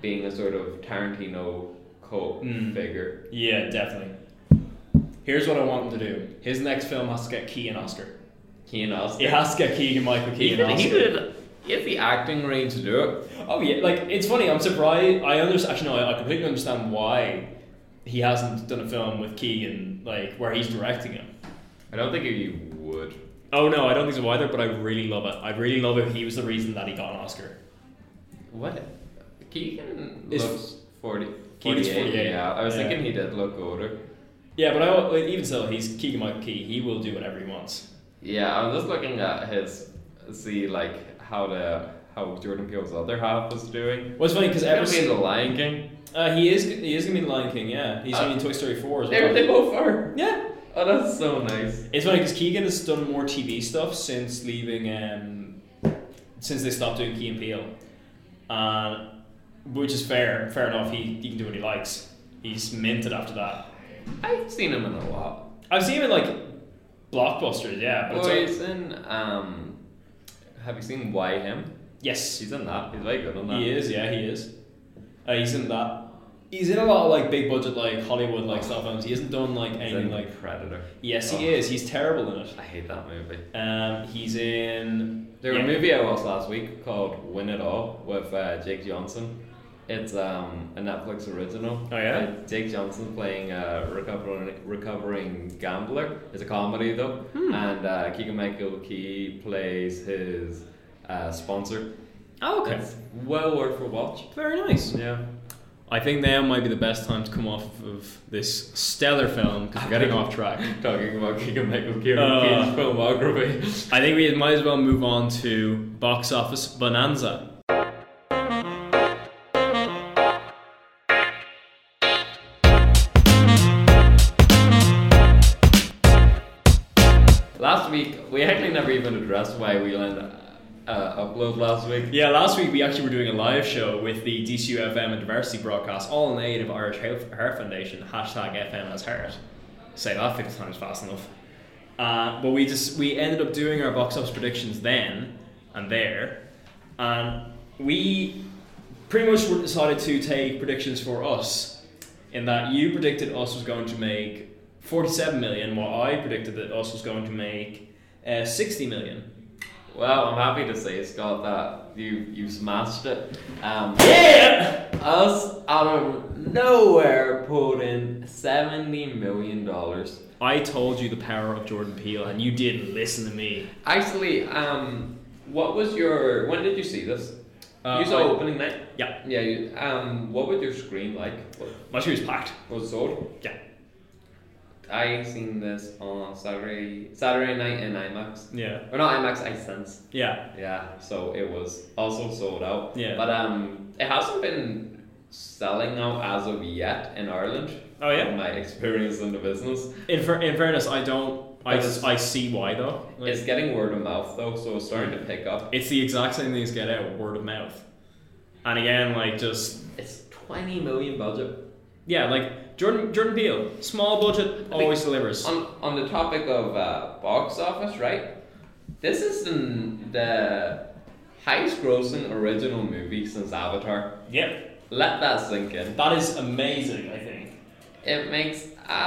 Speaker 1: being a sort of Tarantino cult
Speaker 2: Mm.
Speaker 1: figure.
Speaker 2: Yeah, definitely. Here's what I want him to do. His next film has to get Key and Oscar.
Speaker 1: Keen Oscar.
Speaker 2: It has to get Keegan Michael Key
Speaker 1: He,
Speaker 2: and
Speaker 1: did,
Speaker 2: Oscar.
Speaker 1: he did. He has the acting range to do it.
Speaker 2: Oh yeah, like it's funny. I'm surprised. I understand. Actually, no, I, I completely understand why he hasn't done a film with Keegan, like where he's directing him.
Speaker 1: I don't think he would.
Speaker 2: Oh no, I don't think so either. But I really love it. I really love it. He was the reason that he got an Oscar.
Speaker 1: What? Keegan
Speaker 2: Is-
Speaker 1: looks 40,
Speaker 2: Keegan's
Speaker 1: 48,
Speaker 2: 48,
Speaker 1: Yeah, I was
Speaker 2: yeah.
Speaker 1: thinking he did look older.
Speaker 2: Yeah, but I al- like, even so, he's Keegan Michael Key. He will do whatever he wants.
Speaker 1: Yeah, I'm just looking at his see like how the how Jordan Peele's other half was doing.
Speaker 2: What's funny because ever
Speaker 1: Ever seen
Speaker 2: since
Speaker 1: the Lion King?
Speaker 2: uh, he is he is gonna be in Lion King. Yeah, he's gonna be in Toy Story Four as
Speaker 1: They
Speaker 2: well.
Speaker 1: they both are.
Speaker 2: yeah,
Speaker 1: Oh, that's so nice.
Speaker 2: it's funny because Keegan has done more TV stuff since leaving. Um, since they stopped doing Key and Peele, uh, which is fair. Fair enough. He he can do what he likes. He's minted after that.
Speaker 1: I've seen him in a lot.
Speaker 2: I've seen him in like blockbusters. Yeah, but
Speaker 1: Oh,
Speaker 2: it's all-
Speaker 1: he's in. Um, have you seen Why Him?
Speaker 2: yes,
Speaker 1: He's in that. He's very good on that.
Speaker 2: He is, yeah, he is. Uh, he's in that. He's in a lot of like big budget, like Hollywood, like stuff films. He hasn't done like
Speaker 1: He's
Speaker 2: anything
Speaker 1: in
Speaker 2: like.
Speaker 1: like Predator.
Speaker 2: Yes,
Speaker 1: Oh,
Speaker 2: he is. He's terrible in it.
Speaker 1: I hate that movie.
Speaker 2: Um, he's in.
Speaker 1: There
Speaker 2: yeah.
Speaker 1: was a movie I watched last week called Win It All with uh, Jake Johnson. It's um, a Netflix original.
Speaker 2: Oh, yeah?
Speaker 1: Uh, Jake Johnson playing a recovering, recovering gambler. It's a comedy though.
Speaker 2: Hmm.
Speaker 1: And uh, Keegan Michael Key plays his uh, sponsor.
Speaker 2: Oh, okay.
Speaker 1: It's well worth a watch.
Speaker 2: Very nice.
Speaker 1: Yeah.
Speaker 2: I think now might be the best time to come off of this stellar film because we're getting off track.
Speaker 1: Talking about Keegan Michael Key
Speaker 2: Uh.
Speaker 1: Key's filmography.
Speaker 2: I think we might as well move on to box office bonanza.
Speaker 1: last week, we actually never even addressed why we went uh, upload last week.
Speaker 2: Yeah, last week we actually were doing a live show with the DCU FM and Diversity broadcast, all in aid of Irish Health Heart Foundation, hashtag FM as Heart. Say that 50 times fast enough. Uh, but we just we ended up doing our box office predictions then and there, and we pretty much were- decided to take predictions for us, in that you predicted us was going to make 47 million, while I predicted that us was going to make uh, 60 million.
Speaker 1: Well, I'm happy to say, Scott, that you you smashed it. Um,
Speaker 2: Yeah!
Speaker 1: us out of nowhere pulled in seventy million dollars.
Speaker 2: I told you the power of Jordan Peele, and you didn't listen to me.
Speaker 1: Actually, um, what was your? When did you see this?
Speaker 2: Uh,
Speaker 1: you saw
Speaker 2: I-
Speaker 1: opening night.
Speaker 2: Yeah,
Speaker 1: Yeah. You, um, what was your screen like? What,
Speaker 2: my shoe was packed.
Speaker 1: was it sold?
Speaker 2: Yeah,
Speaker 1: I seen this on Saturday Saturday night in IMAX.
Speaker 2: yeah,
Speaker 1: Or not IMAX, iSense.
Speaker 2: yeah.
Speaker 1: Yeah, so it was also sold out.
Speaker 2: Yeah.
Speaker 1: But um, it hasn't been selling out as of yet in Ireland.
Speaker 2: Oh, yeah?
Speaker 1: From my experience in the business.
Speaker 2: In, fa- in fairness, I don't. I,
Speaker 1: But it's-
Speaker 2: I see why though. Like,
Speaker 1: It's getting word of mouth though, so it's starting to pick up.
Speaker 2: it's the exact same thing as Get Out, word of mouth. And again, like just
Speaker 1: It's 20 million budget.
Speaker 2: yeah, like Jordan Jordan Peele, small budget, always delivers.
Speaker 1: On, on the topic of uh, box office, right? This is the, the highest grossing original movie since Avatar.
Speaker 2: Yep,
Speaker 1: Let that sink in.
Speaker 2: that is amazing. I think.
Speaker 1: It makes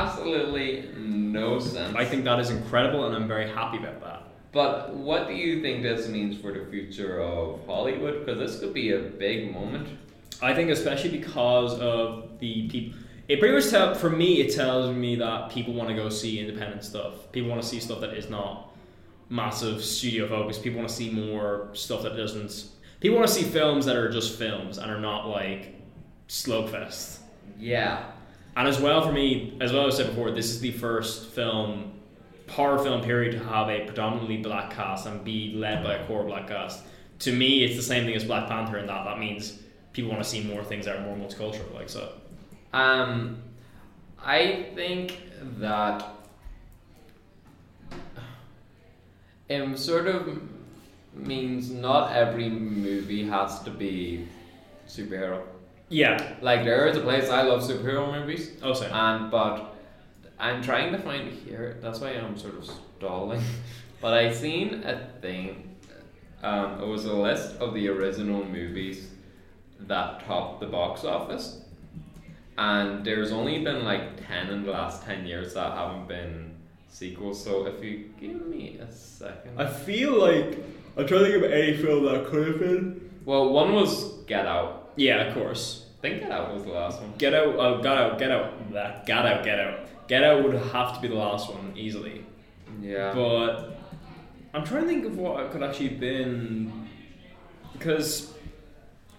Speaker 1: absolutely no sense.
Speaker 2: I think that is incredible, and I'm very happy about that.
Speaker 1: But what do you think this means for the future of Hollywood? Because this could be a big moment.
Speaker 2: I think especially because of the people. It pretty much tell for me. It tells me that people want to go see independent stuff. People want to see stuff that is not massive studio focused. People want to see more stuff that doesn't. People want to see films that are just films and are not like slugfest.
Speaker 1: Yeah.
Speaker 2: And as well for me, as well as I said before, this is the first film, horror film period to have a predominantly black cast and be led by a core black cast. to me, it's the same thing as Black Panther, and that that means people want to see more things that are more multicultural. Like so,
Speaker 1: Um, I think that it sort of means not every movie has to be superhero.
Speaker 2: yeah.
Speaker 1: Like there is a place I love superhero movies,
Speaker 2: Oh, same.
Speaker 1: and but I'm trying to find it here. That's why I'm sort of stalling. But I seen a thing. Um, it was a list of the original movies that topped the box office, and there's only been like ten in the last ten years that haven't been sequels. So if you give me a second,
Speaker 9: I feel like I'm trying to think of any film that could have been.
Speaker 1: well, one was Get Out.
Speaker 2: yeah, of course.
Speaker 1: I think Get Out was the last one.
Speaker 2: Get out, oh, get out, get out, that, get out, get out, get out would have to be the last one easily.
Speaker 1: Yeah.
Speaker 2: But I'm trying to think of what it could actually have been because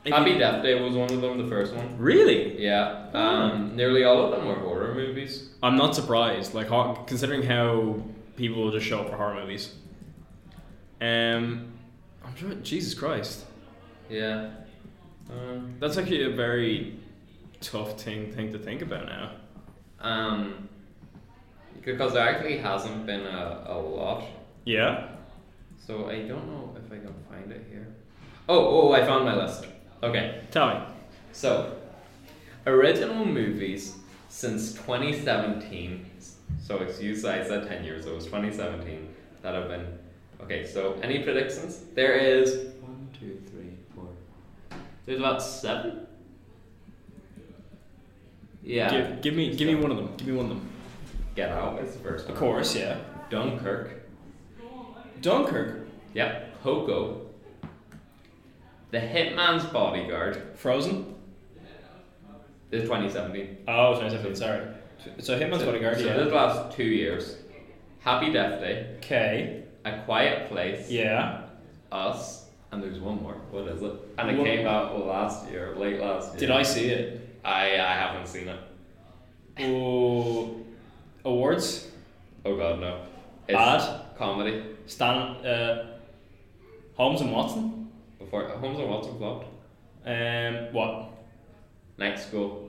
Speaker 2: if
Speaker 1: Happy
Speaker 2: you-
Speaker 1: Death Day was one of them, the first one.
Speaker 2: Really,
Speaker 1: Yeah, um, nearly all of them were horror movies.
Speaker 2: I'm not surprised. Like hor- considering how people just show up for horror movies. Um, I'm trying. Jesus Christ,
Speaker 1: Yeah. Um,
Speaker 2: that's actually a very tough thing thing to think about now.
Speaker 1: um, because there actually hasn't been a, a lot,
Speaker 2: Yeah.
Speaker 1: so I don't know if I can find it here. Oh, oh, I found my list. Okay,
Speaker 2: Tell me.
Speaker 1: so original movies since 2017. So excuse I said 10 years, it was 2017 that have been. Okay, so any predictions? There is one, two, three, four. There's about seven. Yeah.
Speaker 2: Give, give me give me one of them. Give me one of them.
Speaker 1: Get Out is the first one.
Speaker 2: Of course, yeah.
Speaker 1: Dunkirk.
Speaker 2: Dunkirk.
Speaker 1: Yep. Pogo. The Hitman's Bodyguard
Speaker 2: Frozen.
Speaker 1: is 2017.
Speaker 2: Oh, 2017, sorry. So Hitman's Bodyguard,
Speaker 1: so
Speaker 2: yeah.
Speaker 1: this last two years. Happy Death Day.
Speaker 2: Okay.
Speaker 1: A Quiet Place.
Speaker 2: Yeah.
Speaker 1: Us. And there's one more. What is it? And it
Speaker 2: What-
Speaker 1: came out last year, late last year.
Speaker 2: Did I see it?
Speaker 1: I, I haven't seen it.
Speaker 2: Oh, awards.
Speaker 1: Oh god, no. It's
Speaker 2: Bad?
Speaker 1: comedy.
Speaker 2: Stan. Uh, Holmes and Watson.
Speaker 1: Before Holmes and Watson flopped.
Speaker 2: Um, what?
Speaker 1: Night School.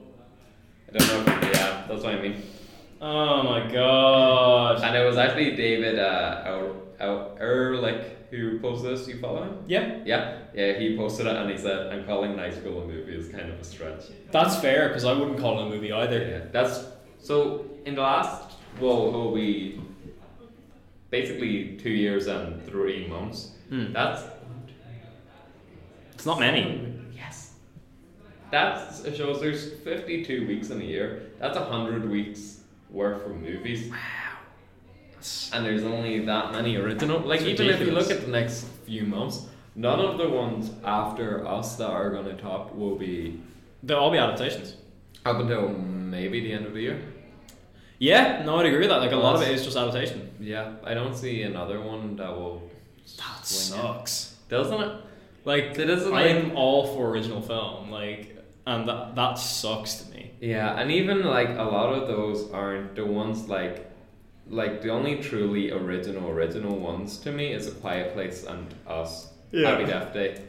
Speaker 1: I don't know. If, yeah, that's what I mean.
Speaker 2: Oh my god.
Speaker 1: And it was actually David uh, Au- Au- Ehrlich who posted this. You follow him?
Speaker 2: Yeah,
Speaker 1: Yeah, yeah. He posted it and he said, "I'm calling Night School a movie is kind of a stretch."
Speaker 2: that's fair because I wouldn't call it a movie either.
Speaker 1: Yeah, that's so. In the last, well, will we basically two years and three months. That's
Speaker 2: It's not many.
Speaker 1: yes. That's it shows there's 52 weeks in a year. That's 100 weeks worth of movies. Wow. And there's only that many original. Like,
Speaker 2: It's
Speaker 1: even if you
Speaker 2: ridiculous.
Speaker 1: look at the next few months, none of the ones after us that are going to top will be
Speaker 2: They'll all be adaptations.
Speaker 1: up until maybe the end of the year.
Speaker 2: Yeah, no, I'd agree with that. Like a lot of it is just adaptation.
Speaker 1: Yeah, I don't see another one that will.
Speaker 2: That
Speaker 1: swing it.
Speaker 2: sucks.
Speaker 1: Doesn't it?
Speaker 2: Like
Speaker 1: That doesn't
Speaker 2: I am
Speaker 1: like-
Speaker 2: all for original film, like, and that that sucks to me.
Speaker 1: Yeah, and even like a lot of those aren't the ones like like the only truly original original ones to me is a quiet place and us.
Speaker 2: Yeah.
Speaker 1: Happy Death Day.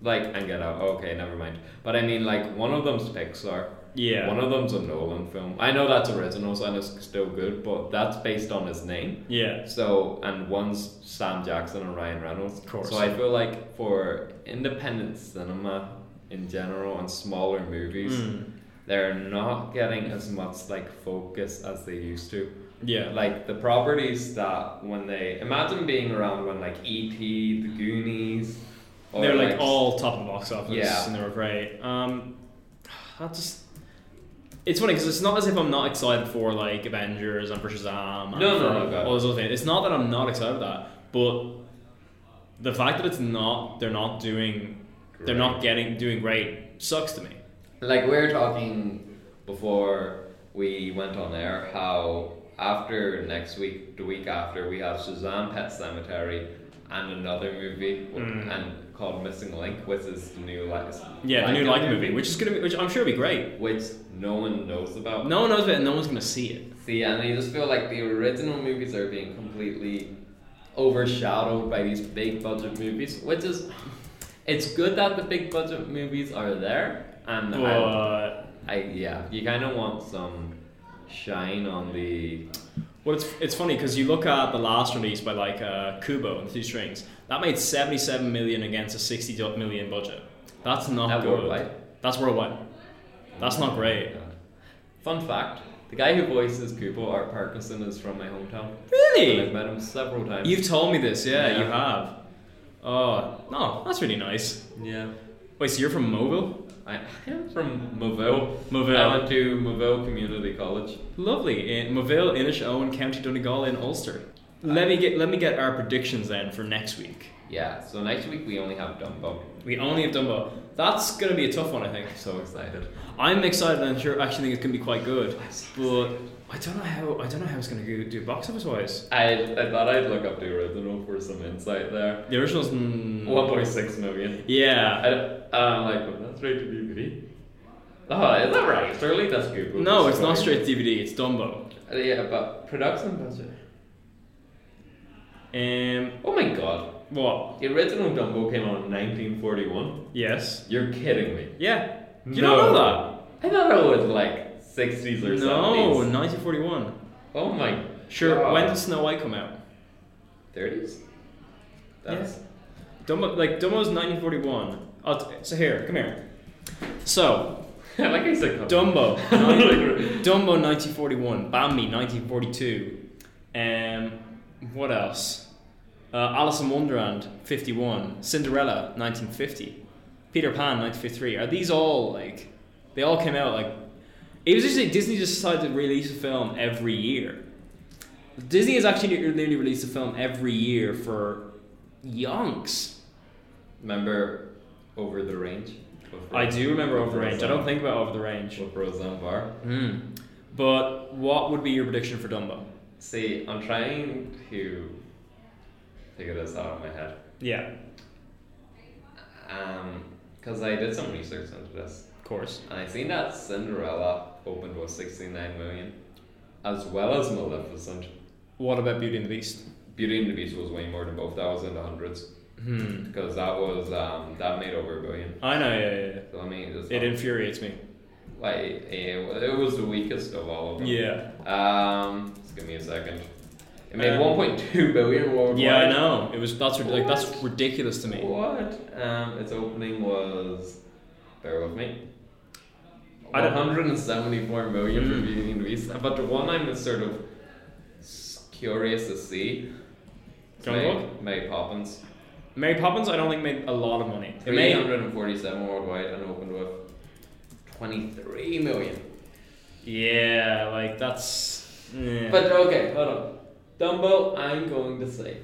Speaker 1: Like and get out. Okay, never mind. But I mean like one of them's Pixar.
Speaker 2: Yeah.
Speaker 1: One of them's a Nolan film. I know that's original so it's still good, but that's based on his name.
Speaker 2: Yeah.
Speaker 1: So and one's Sam Jackson and Ryan Reynolds. Of
Speaker 2: course.
Speaker 1: So I feel like for independent cinema in general and smaller movies,
Speaker 2: Hmm.
Speaker 1: they're not getting as much like focus as they used to.
Speaker 2: Yeah.
Speaker 1: Like the properties that when they imagine being around when like E. T. The Goonies or
Speaker 2: they're like all top of the box office
Speaker 1: Yeah.
Speaker 2: and they were great. Um, that just it's funny because it's not as if I'm not excited for like Avengers and for Shazam. And
Speaker 1: No,
Speaker 2: for
Speaker 1: no, no, God.
Speaker 2: all those other things. It's not that I'm not excited for that, but the fact that it's not, they're not doing, they're not getting doing great sucks to me.
Speaker 1: Like we were talking before we went on air how after next week, the week after, we have Shazam Pet Cemetery and another movie w-
Speaker 2: Mm.
Speaker 1: and called Missing Link, which is the new like
Speaker 2: Yeah, the new like movie, which is gonna be, which I'm sure will be great.
Speaker 1: which no one knows about.
Speaker 2: No one knows about it, and no one's gonna see it.
Speaker 1: See, and I just feel like the original movies are being completely overshadowed by these big budget movies, which is It's good that the big budget movies are there, and I,
Speaker 2: But
Speaker 1: I yeah, you kind of want some shine on the
Speaker 2: well, it's it's funny because you look at the last release by like uh, Kubo and the Two Strings that made seventy seven million against a sixty million budget. That's not
Speaker 1: That
Speaker 2: good.
Speaker 1: worldwide?
Speaker 2: That's worldwide. That's not great.
Speaker 1: Fun fact: the guy who voices Kubo, Art Parkinson, is from my hometown.
Speaker 2: Really?
Speaker 1: And I've met him several times.
Speaker 2: You've told me this, yeah,
Speaker 1: Yeah.
Speaker 2: you have. Oh, no, that's really nice.
Speaker 1: yeah.
Speaker 2: Wait, so you're from Mobile?
Speaker 1: I, I am from Mobile.
Speaker 2: Mobile.
Speaker 1: I went to Mobile Community College.
Speaker 2: Lovely. In Mobile, Inish, Owen, County Donegal in Ulster. Let me get let me get our predictions then for next week.
Speaker 1: Yeah. So next week we only have Dumbo.
Speaker 2: We only have Dumbo. That's gonna be a tough one, I think.
Speaker 1: So excited.
Speaker 2: I'm excited. and I'm sure. I actually think it's gonna be quite good. But I don't know how I don't know how it's gonna go, do box office wise.
Speaker 1: I, I thought I'd look up the original for some insight there.
Speaker 2: The original's mm,
Speaker 1: 1.6 million. I
Speaker 2: Yeah.
Speaker 1: don't- uh, I'm like, well, that's straight to DVD. Oh, is that right? Surely that's Google.
Speaker 2: No, it's not
Speaker 1: Sorry.
Speaker 2: straight to DVD. It's Dumbo.
Speaker 1: Uh, Yeah, but production budget.
Speaker 2: Um.
Speaker 1: Oh my god.
Speaker 2: What?
Speaker 1: The original Dumbo came out in 1941.
Speaker 2: Yes.
Speaker 1: You're kidding me.
Speaker 2: Yeah. You
Speaker 1: No.
Speaker 2: don't know that.
Speaker 1: I thought it was like 60s or
Speaker 2: No,
Speaker 1: 70s.
Speaker 2: 1941.
Speaker 1: Oh my.
Speaker 2: Sure.
Speaker 1: God.
Speaker 2: When did Snow White come out?
Speaker 1: 30s? That's.
Speaker 2: Dumbo, like Dumbo's 1941. Oh, t- so here, come here. So
Speaker 1: like I said,
Speaker 2: Dumbo,
Speaker 1: Like-
Speaker 2: Dumbo 1941, Bambi 1942, um, what else? Uh, Alice in Wonderland 51, Cinderella 1950, Peter Pan 1953. Are these all like? They all came out like. It was just like Disney just decided to release a film every year. Disney has actually nearly released a film every year for yonks.
Speaker 1: Remember Over the Range? With
Speaker 2: I
Speaker 1: Ro-
Speaker 2: do remember
Speaker 1: with
Speaker 2: Over the Range. I
Speaker 1: Roseanne-
Speaker 2: don't think about Over the Range.
Speaker 1: With Roseanne Barr.
Speaker 2: Hmm. But what would be your prediction for Dumbo?
Speaker 1: See, I'm trying to figure this out in my head.
Speaker 2: Yeah,
Speaker 1: Because I did some research into this.
Speaker 2: of course.
Speaker 1: And I seen that Cinderella opened with 69 million, as well as Maleficent.
Speaker 2: What about Beauty and the Beast?
Speaker 1: Beauty and the Beast was way more than both. That was in the hundreds.
Speaker 2: Hmm.
Speaker 1: Because that was um, that made over a billion.
Speaker 2: I know, yeah, yeah, yeah.
Speaker 1: So I mean, it's
Speaker 2: It
Speaker 1: not-
Speaker 2: infuriates me.
Speaker 1: like it, it was the weakest of all of them.
Speaker 2: Yeah.
Speaker 1: Um, just give me a second. It made
Speaker 2: Um,
Speaker 1: 1.2 billion worldwide.
Speaker 2: Yeah, I know. It was that's rid- like that's
Speaker 1: What?
Speaker 2: ridiculous to me.
Speaker 1: What? Um, its opening was. Bear with me.
Speaker 2: I don't- Hmm.
Speaker 1: 174 million for Beauty and the Beast. But the one I'm sort of s- curious to see. is
Speaker 2: Jungle
Speaker 1: Mary,
Speaker 2: Book?
Speaker 1: Mary Poppins.
Speaker 2: Mary Poppins, I don't think made a lot of money. It made
Speaker 1: 347 worldwide and opened with 23 million.
Speaker 2: yeah, like that's. eh.
Speaker 1: But okay, hold on. Dumbo, I'm going to say.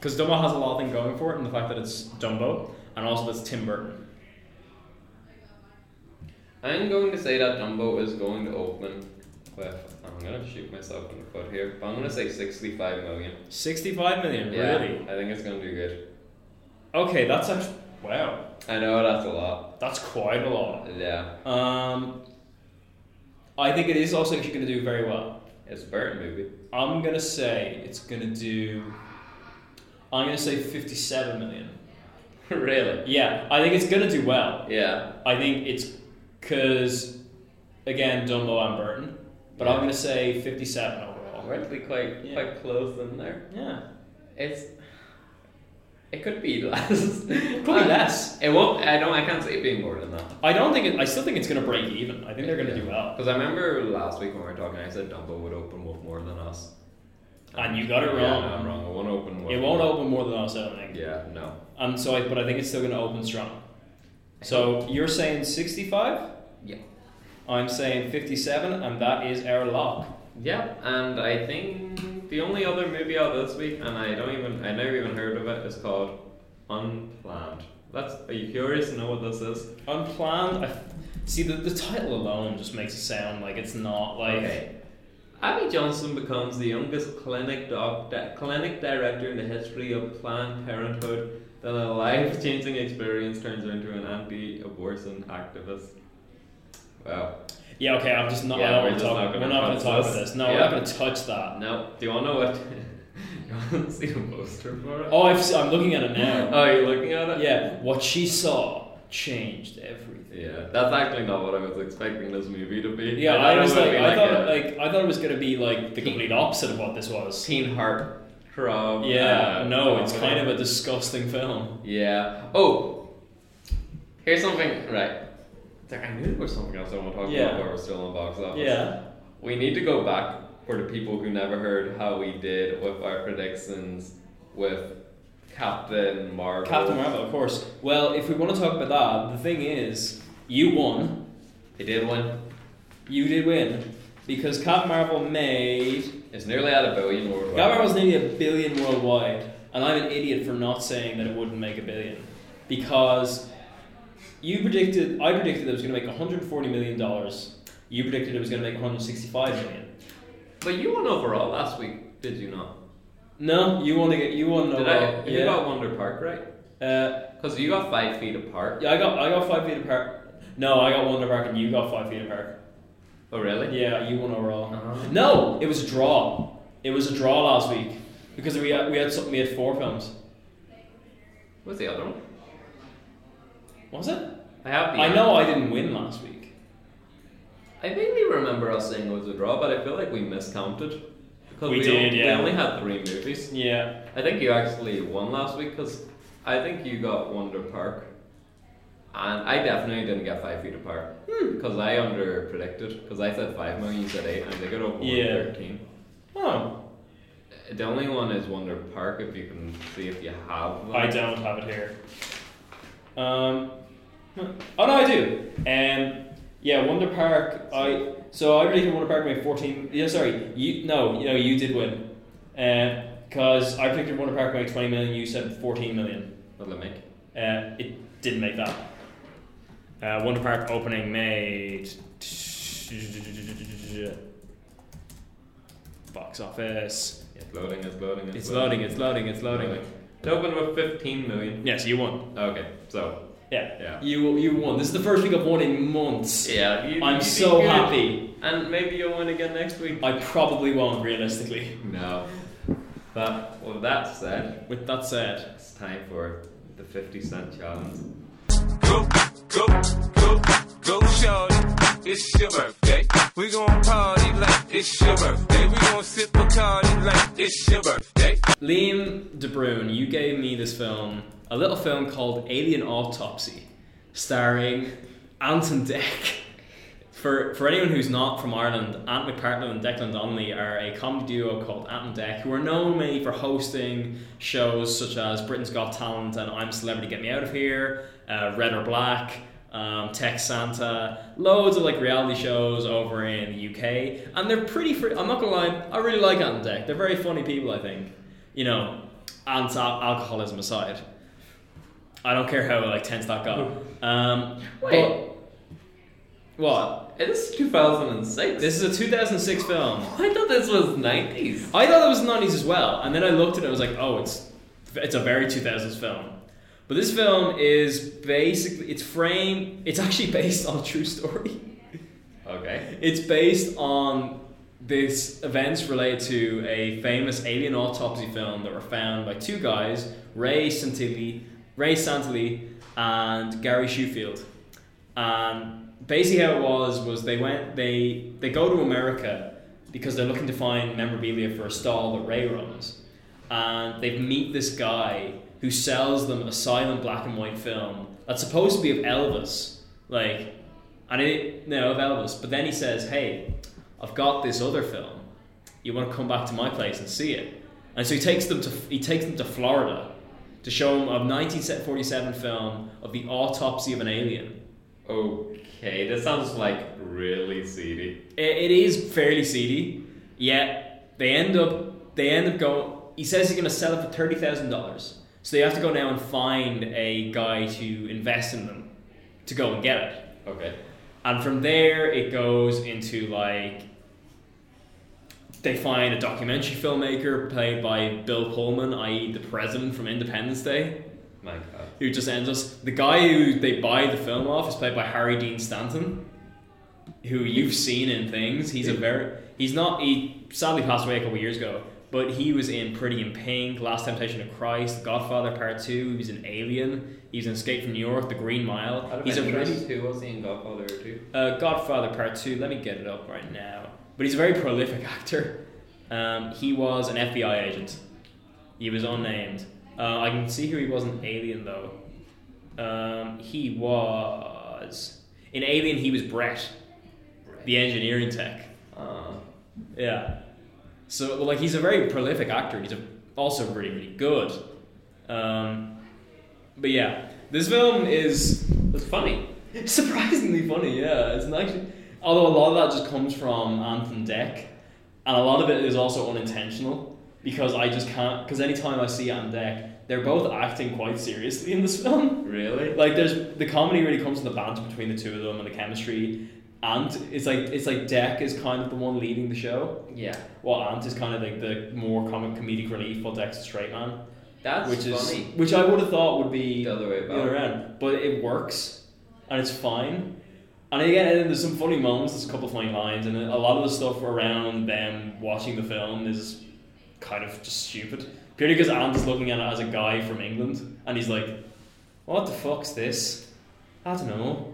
Speaker 2: Because Dumbo has a lot of things going for it, and the fact that it's Dumbo, and also that's Tim Burton.
Speaker 1: I'm going to say that Dumbo is going to open with. I'm going to shoot myself in the foot here, but I'm going to say 65 million.
Speaker 2: Sixty-five million,
Speaker 1: Yeah,
Speaker 2: really?
Speaker 1: I think it's going to do good.
Speaker 2: Okay, that's actually wow.
Speaker 1: I know that's a lot.
Speaker 2: That's quite a lot.
Speaker 1: Yeah.
Speaker 2: Um, I think it is also actually going to do very well.
Speaker 1: It's a Burton movie.
Speaker 2: I'm gonna say it's gonna do. I'm gonna say 57 million.
Speaker 1: really?
Speaker 2: Yeah, I think it's gonna do well.
Speaker 1: Yeah.
Speaker 2: I think it's because again Dumbo and Burton, but I'm
Speaker 1: Yeah.
Speaker 2: gonna say 57 overall.
Speaker 1: We're actually quite,
Speaker 2: Yeah.
Speaker 1: quite close in there.
Speaker 2: Yeah,
Speaker 1: It's. It could be less.
Speaker 2: could be less.
Speaker 1: It won't. I don't. I can't see it being more than that.
Speaker 2: I don't think it. I still think it's gonna break even. I think they're gonna do well.
Speaker 1: Because I remember last week when we were talking, I said Dumbo would open with more than us.
Speaker 2: And you got it
Speaker 1: Yeah,
Speaker 2: wrong.
Speaker 1: no, I'm wrong. It won't open. With
Speaker 2: It won't open more than us, I don't think.
Speaker 1: Yeah. No.
Speaker 2: And so, I, but I think it's still gonna open strong. So you're saying 65?
Speaker 1: Yeah.
Speaker 2: I'm saying 57, and that is our lock.
Speaker 1: Yeah, and I think the only other movie out this week, and I don't even, I never even heard of it, is called Unplanned. That's. Are you curious to know what this is?
Speaker 2: Unplanned. I, see, the, the title alone just makes it sound like it's not like.
Speaker 1: Abby Johnson becomes the youngest clinic doc, di- clinic director in the history of Planned Parenthood. Then a life-changing experience turns her into an anti-abortion activist. Wow.
Speaker 2: Yeah, okay, I'm just not.
Speaker 1: Yeah,
Speaker 2: I don't
Speaker 1: we're
Speaker 2: want to
Speaker 1: just
Speaker 2: talk.
Speaker 1: not gonna
Speaker 2: we're not going
Speaker 1: touch
Speaker 2: to talk about
Speaker 1: this.
Speaker 2: this. No,
Speaker 1: Yeah.
Speaker 2: we're not going to touch that.
Speaker 1: Now, do you want to know what? haven't seen a poster for it.
Speaker 2: Oh, I've, s- I'm looking at it now. Uh,
Speaker 1: Oh, you're looking at it?
Speaker 2: yeah, what she saw changed everything.
Speaker 1: Yeah, that's actually not what I was expecting this movie to be.
Speaker 2: Yeah, I,
Speaker 1: thought it
Speaker 2: was
Speaker 1: would
Speaker 2: like,
Speaker 1: be
Speaker 2: I thought
Speaker 1: a
Speaker 2: like I thought it was gonna be like the complete opposite of what this was.
Speaker 1: teen heart throb.
Speaker 2: Yeah,
Speaker 1: uh,
Speaker 2: no, it's
Speaker 1: comedy.
Speaker 2: kind of a disgusting film.
Speaker 1: Yeah. Oh, here's something. Right. There, I knew there was something else I want to talk
Speaker 2: Yeah.
Speaker 1: about while we're still on box office.
Speaker 2: Yeah.
Speaker 1: We need to go back for the people who never heard how we did with our predictions with Captain Marvel.
Speaker 2: Captain Marvel, of course. Well, if we want to talk about that, the thing is, you won.
Speaker 1: He did one.
Speaker 2: You did win. Because Captain Marvel made.
Speaker 1: It's nearly at a billion worldwide.
Speaker 2: Captain Marvel's nearly a billion worldwide. And I'm an idiot for not saying that it wouldn't make a billion. Because you predicted. I predicted that it was going to make $140 million. You predicted it was going to make $165 million.
Speaker 1: But you won overall last week, did you not?
Speaker 2: No, you want to get. You want to know.
Speaker 1: Did I?
Speaker 2: about-
Speaker 1: You
Speaker 2: Yeah.
Speaker 1: got Wonder Park right?
Speaker 2: Uh,
Speaker 1: Because you got five feet apart.
Speaker 2: yeah, I got. I got five feet apart. No, I got one apart, and you got five feet apart.
Speaker 1: Oh really?
Speaker 2: Yeah, you won overall.
Speaker 1: Uh-huh.
Speaker 2: No, it was a draw. It was a draw last week because we had, we had something. We had four films.
Speaker 1: What's the other one?
Speaker 2: Was it?
Speaker 1: I have the.
Speaker 2: I know I didn't win last week.
Speaker 1: I vaguely remember us saying it was a draw, but I feel like we miscounted. Because
Speaker 2: We
Speaker 1: we,
Speaker 2: did,
Speaker 1: on-
Speaker 2: yeah.
Speaker 1: We only had three movies.
Speaker 2: Yeah.
Speaker 1: I think you actually won last week because I think you got Wonder Park, and I definitely didn't get Five Feet Apart
Speaker 2: Hmm.
Speaker 1: because I under predicted because I said five million, you said eight, and they got over
Speaker 2: Yeah.
Speaker 1: thirteen.
Speaker 2: Oh,
Speaker 1: The only one is Wonder Park. If you can see if you have.
Speaker 2: I
Speaker 1: that.
Speaker 2: don't have it here. Um. huh. Oh no, I do. Um. Yeah, Wonder Park. I so I predicted Wonder Park made fourteen. Yeah, sorry. You no, you know you did win. Uh, because I predicted Wonder Park made twenty million. You said fourteen million.
Speaker 1: What'll it make?
Speaker 2: Uh, it didn't make that. Uh, Wonder Park opening made. Box office.
Speaker 1: It's loading. It's loading. It's,
Speaker 2: It's loading, it's loading, it's loading.
Speaker 1: It opened with fifteen million.
Speaker 2: Yes, you won.
Speaker 1: Okay, so
Speaker 2: Yeah.
Speaker 1: Yeah.
Speaker 2: You you won. This is the first week I've won in months.
Speaker 1: yeah, you,
Speaker 2: I'm
Speaker 1: you did
Speaker 2: so
Speaker 1: good.
Speaker 2: happy.
Speaker 1: And maybe you'll win again next week.
Speaker 2: I probably won't, realistically.
Speaker 1: No. But with that said,
Speaker 2: With that said,
Speaker 1: it's time for the 50 cent challenge.
Speaker 10: Go, go, go, go, shorty. It's your birthday. We gon' party like it's your birthday. We gon' sip a card like it's your birthday.
Speaker 2: Liam De Bruin, you gave me this film, a little film called Alien Autopsy, starring Anton Deck. For, for anyone who's not from Ireland, Ant McPartland and Declan Donnelly are a comedy duo called Ant and Dec, who are known mainly for hosting shows such as Britain's Got Talent and I'm Celebrity Get Me Out of Here, uh, Red or Black, um, Tech Santa, loads of like reality shows over in the UK. And they're pretty, fr- I'm not gonna lie, I really like Ant and Dec. They're very funny people, I think. You know, Ant's al- alcoholism aside. I don't care how like tense that got.
Speaker 1: Hmm.
Speaker 2: Um,
Speaker 1: Wait.
Speaker 2: but- what?
Speaker 1: It's 2006.
Speaker 2: This is a 2006 film.
Speaker 1: I thought this was 90s.
Speaker 2: I thought it was 90s as well, and then I looked at it. I was like, oh, it's it's a very 2000s film. But this film is basically it's frame. It's actually based on a true story.
Speaker 1: Okay.
Speaker 2: It's based on this events related to a famous alien autopsy film that were found by two guys, Ray Santilli, Ray Santilli, and Gary Shewfield. And basically, how it was was they went they they go to America because they're looking to find memorabilia for a stall that Ray runs, and they meet this guy who sells them a silent black and white film that's supposed to be of Elvis, like, and it no of Elvis. But then he says, "Hey, I've got this other film. You want to come back to my place and see it?" And so he takes them to he takes them to Florida to show them a 1947 film of the autopsy of an alien.
Speaker 1: Okay, this sounds like really seedy.
Speaker 2: Eh, it, it is fairly seedy. Yet they end up they end up going. He says he's going to sell it for thirty thousand dollars. So they have to go now and find a guy to invest in them to go and get it.
Speaker 1: Okay.
Speaker 2: And from there, it goes into like they find a documentary filmmaker played by Bill Pullman, i.e., the president from Independence Day,
Speaker 1: My god.
Speaker 2: who just ends us. The guy who they buy the film off is played by Harry Dean Stanton, who you've seen in things. He's a very he's not he sadly passed away a couple years ago, But he was in Pretty in Pink, Last Temptation of Christ, Godfather Part Two. He was in Alien. He was in Escape from New York, The Green Mile. He's a really
Speaker 1: two. Was he in Godfather too?
Speaker 2: uh, Godfather Part 2. Let me get it up right now. But he's a very prolific actor. Um, he was an FBI agent. He was unnamed. Uh, I can see who he was in Alien, though. Um, he was. In Alien, he was Brett, the engineering tech.
Speaker 1: Uh,
Speaker 2: Yeah. So, well, like, he's a very prolific actor. He's a, also really, really good. Um, but yeah, this film is it's funny, surprisingly funny. Yeah, it's not actually. Although a lot of that just comes from Anton Deck, and a lot of it is also unintentional because I just can't. Because anytime I see Anton Deck, they're both acting quite seriously in this film.
Speaker 1: really?
Speaker 2: Like there's the comedy really comes from the banter between the two of them and the chemistry. And it's like it's like Deck is kind of the one leading the show.
Speaker 1: yeah.
Speaker 2: Well, Ant is kind of like the more comic comedic relief, while Dex is straight man,
Speaker 1: That's
Speaker 2: which is
Speaker 1: funny.
Speaker 2: which I would have thought would be
Speaker 1: The other way
Speaker 2: the other
Speaker 1: about.
Speaker 2: end. But it works, and it's fine. And again, and then there's some funny moments. There's a couple of funny lines, and a lot of the stuff around them watching the film is kind of just stupid. Purely because Ant is looking at it as a guy from England, and he's like, "What the fuck's this? I don't know."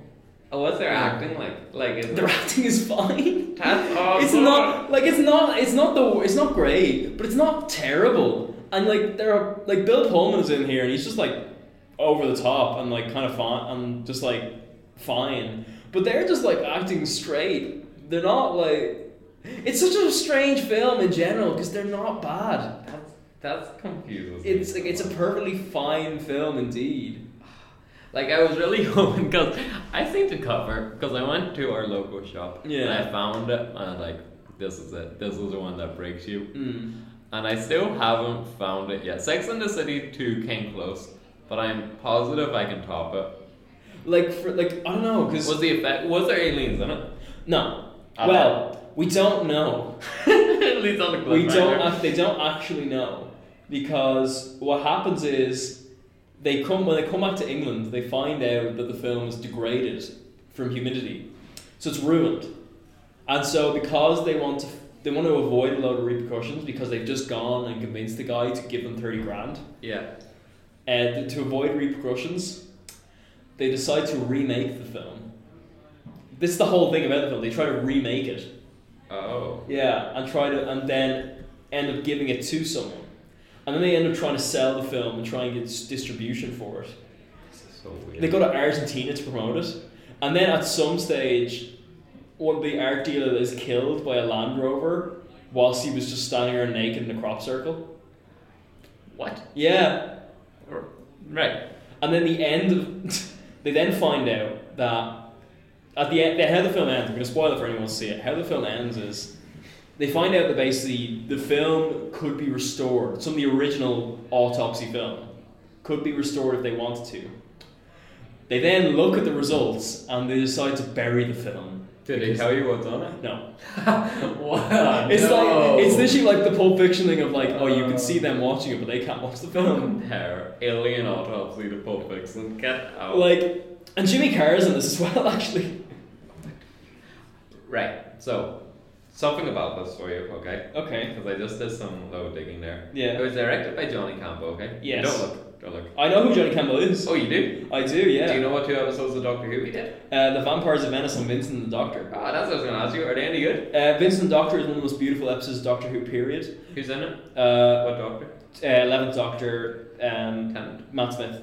Speaker 1: Oh, what's their acting like? Like, is
Speaker 2: The acting is fine.
Speaker 1: That's awesome.
Speaker 2: It's not like it's not it's not the it's not great, but it's not terrible. And like there are like Bill Pullman is in here and he's just like over the top and like kind of fine and just like fine. But they're just like acting straight. They're not like it's such a strange film in general because they're not bad.
Speaker 1: that's that's confusing.
Speaker 2: It's like it's a perfectly fine film indeed.
Speaker 1: Like I was really hoping because I seen the cover because I went to our local shop and
Speaker 2: Yeah.
Speaker 1: I found it and I was like, this is it. This is the one that breaks you.
Speaker 2: Mm.
Speaker 1: And I still haven't found it yet. Sex and the City two came close, but I'm positive I can top it.
Speaker 2: Like for like I don't know because
Speaker 1: Was the effect? Was there aliens in it?
Speaker 2: no.
Speaker 1: I
Speaker 2: Well, we don't know.
Speaker 1: At least on the
Speaker 2: we don't
Speaker 1: cliffhanger.
Speaker 2: act, they don't actually know because what happens is they come when they come back to England they find out that the film is degraded from humidity so it's ruined and so because they want to they want to avoid a lot of repercussions because they've just gone and convinced the guy to give them 30 grand
Speaker 1: Yeah.
Speaker 2: uh, to avoid repercussions, they decide to remake the film. This is the whole thing about the film. They try to remake it.
Speaker 1: Oh.
Speaker 2: Yeah, and try to, and then end up giving it to someone, and then they end up trying to sell the film and try and get s- distribution for it.
Speaker 1: This is so weird.
Speaker 2: They go to Argentina to promote it, and then at some stage, one of the art dealer is killed by a Land Rover whilst he was just standing around naked in a crop circle.
Speaker 1: what?
Speaker 2: Yeah,
Speaker 1: Right.
Speaker 2: And then the end of they then find out that at the end how the film ends, I'm gonna spoil it for anyone to see it. How the film ends is they find out that basically the film could be restored, some of the original autopsy film could be restored if they wanted to. They then look at the results and they decide to bury the film.
Speaker 1: Did they tell you what's on it?
Speaker 2: No. Uh,
Speaker 1: wow.
Speaker 2: It's
Speaker 1: no.
Speaker 2: like it's literally like the Pulp Fiction thing of like, oh you can see them watching it but they can't watch the film.
Speaker 1: compare Alien Autopsy to Pulp Fiction. Get out.
Speaker 2: Like and Jimmy Carr's in this as well actually.
Speaker 1: Right. So, something about this for you, okay?
Speaker 2: Okay.
Speaker 1: Because I just did some low digging there.
Speaker 2: Yeah.
Speaker 1: It was directed by Johnny Campo, okay?
Speaker 2: Yes.
Speaker 1: Don't look. Don't look.
Speaker 2: I know who Johnny Campbell is.
Speaker 1: Oh, you do?
Speaker 2: I do, yeah.
Speaker 1: Do you know what two episodes of Doctor Who we did?
Speaker 2: uh, the Vampires of Venice and Vincent the Doctor.
Speaker 1: Ah, that's what I was going to ask you. Are they any good?
Speaker 2: Uh, Vincent the Doctor is one of the most beautiful episodes of Doctor Who, period.
Speaker 1: Who's in it?
Speaker 2: Uh,
Speaker 1: What Doctor?
Speaker 2: uh, 11th Doctor, um,
Speaker 1: Tennant.
Speaker 2: Matt Smith.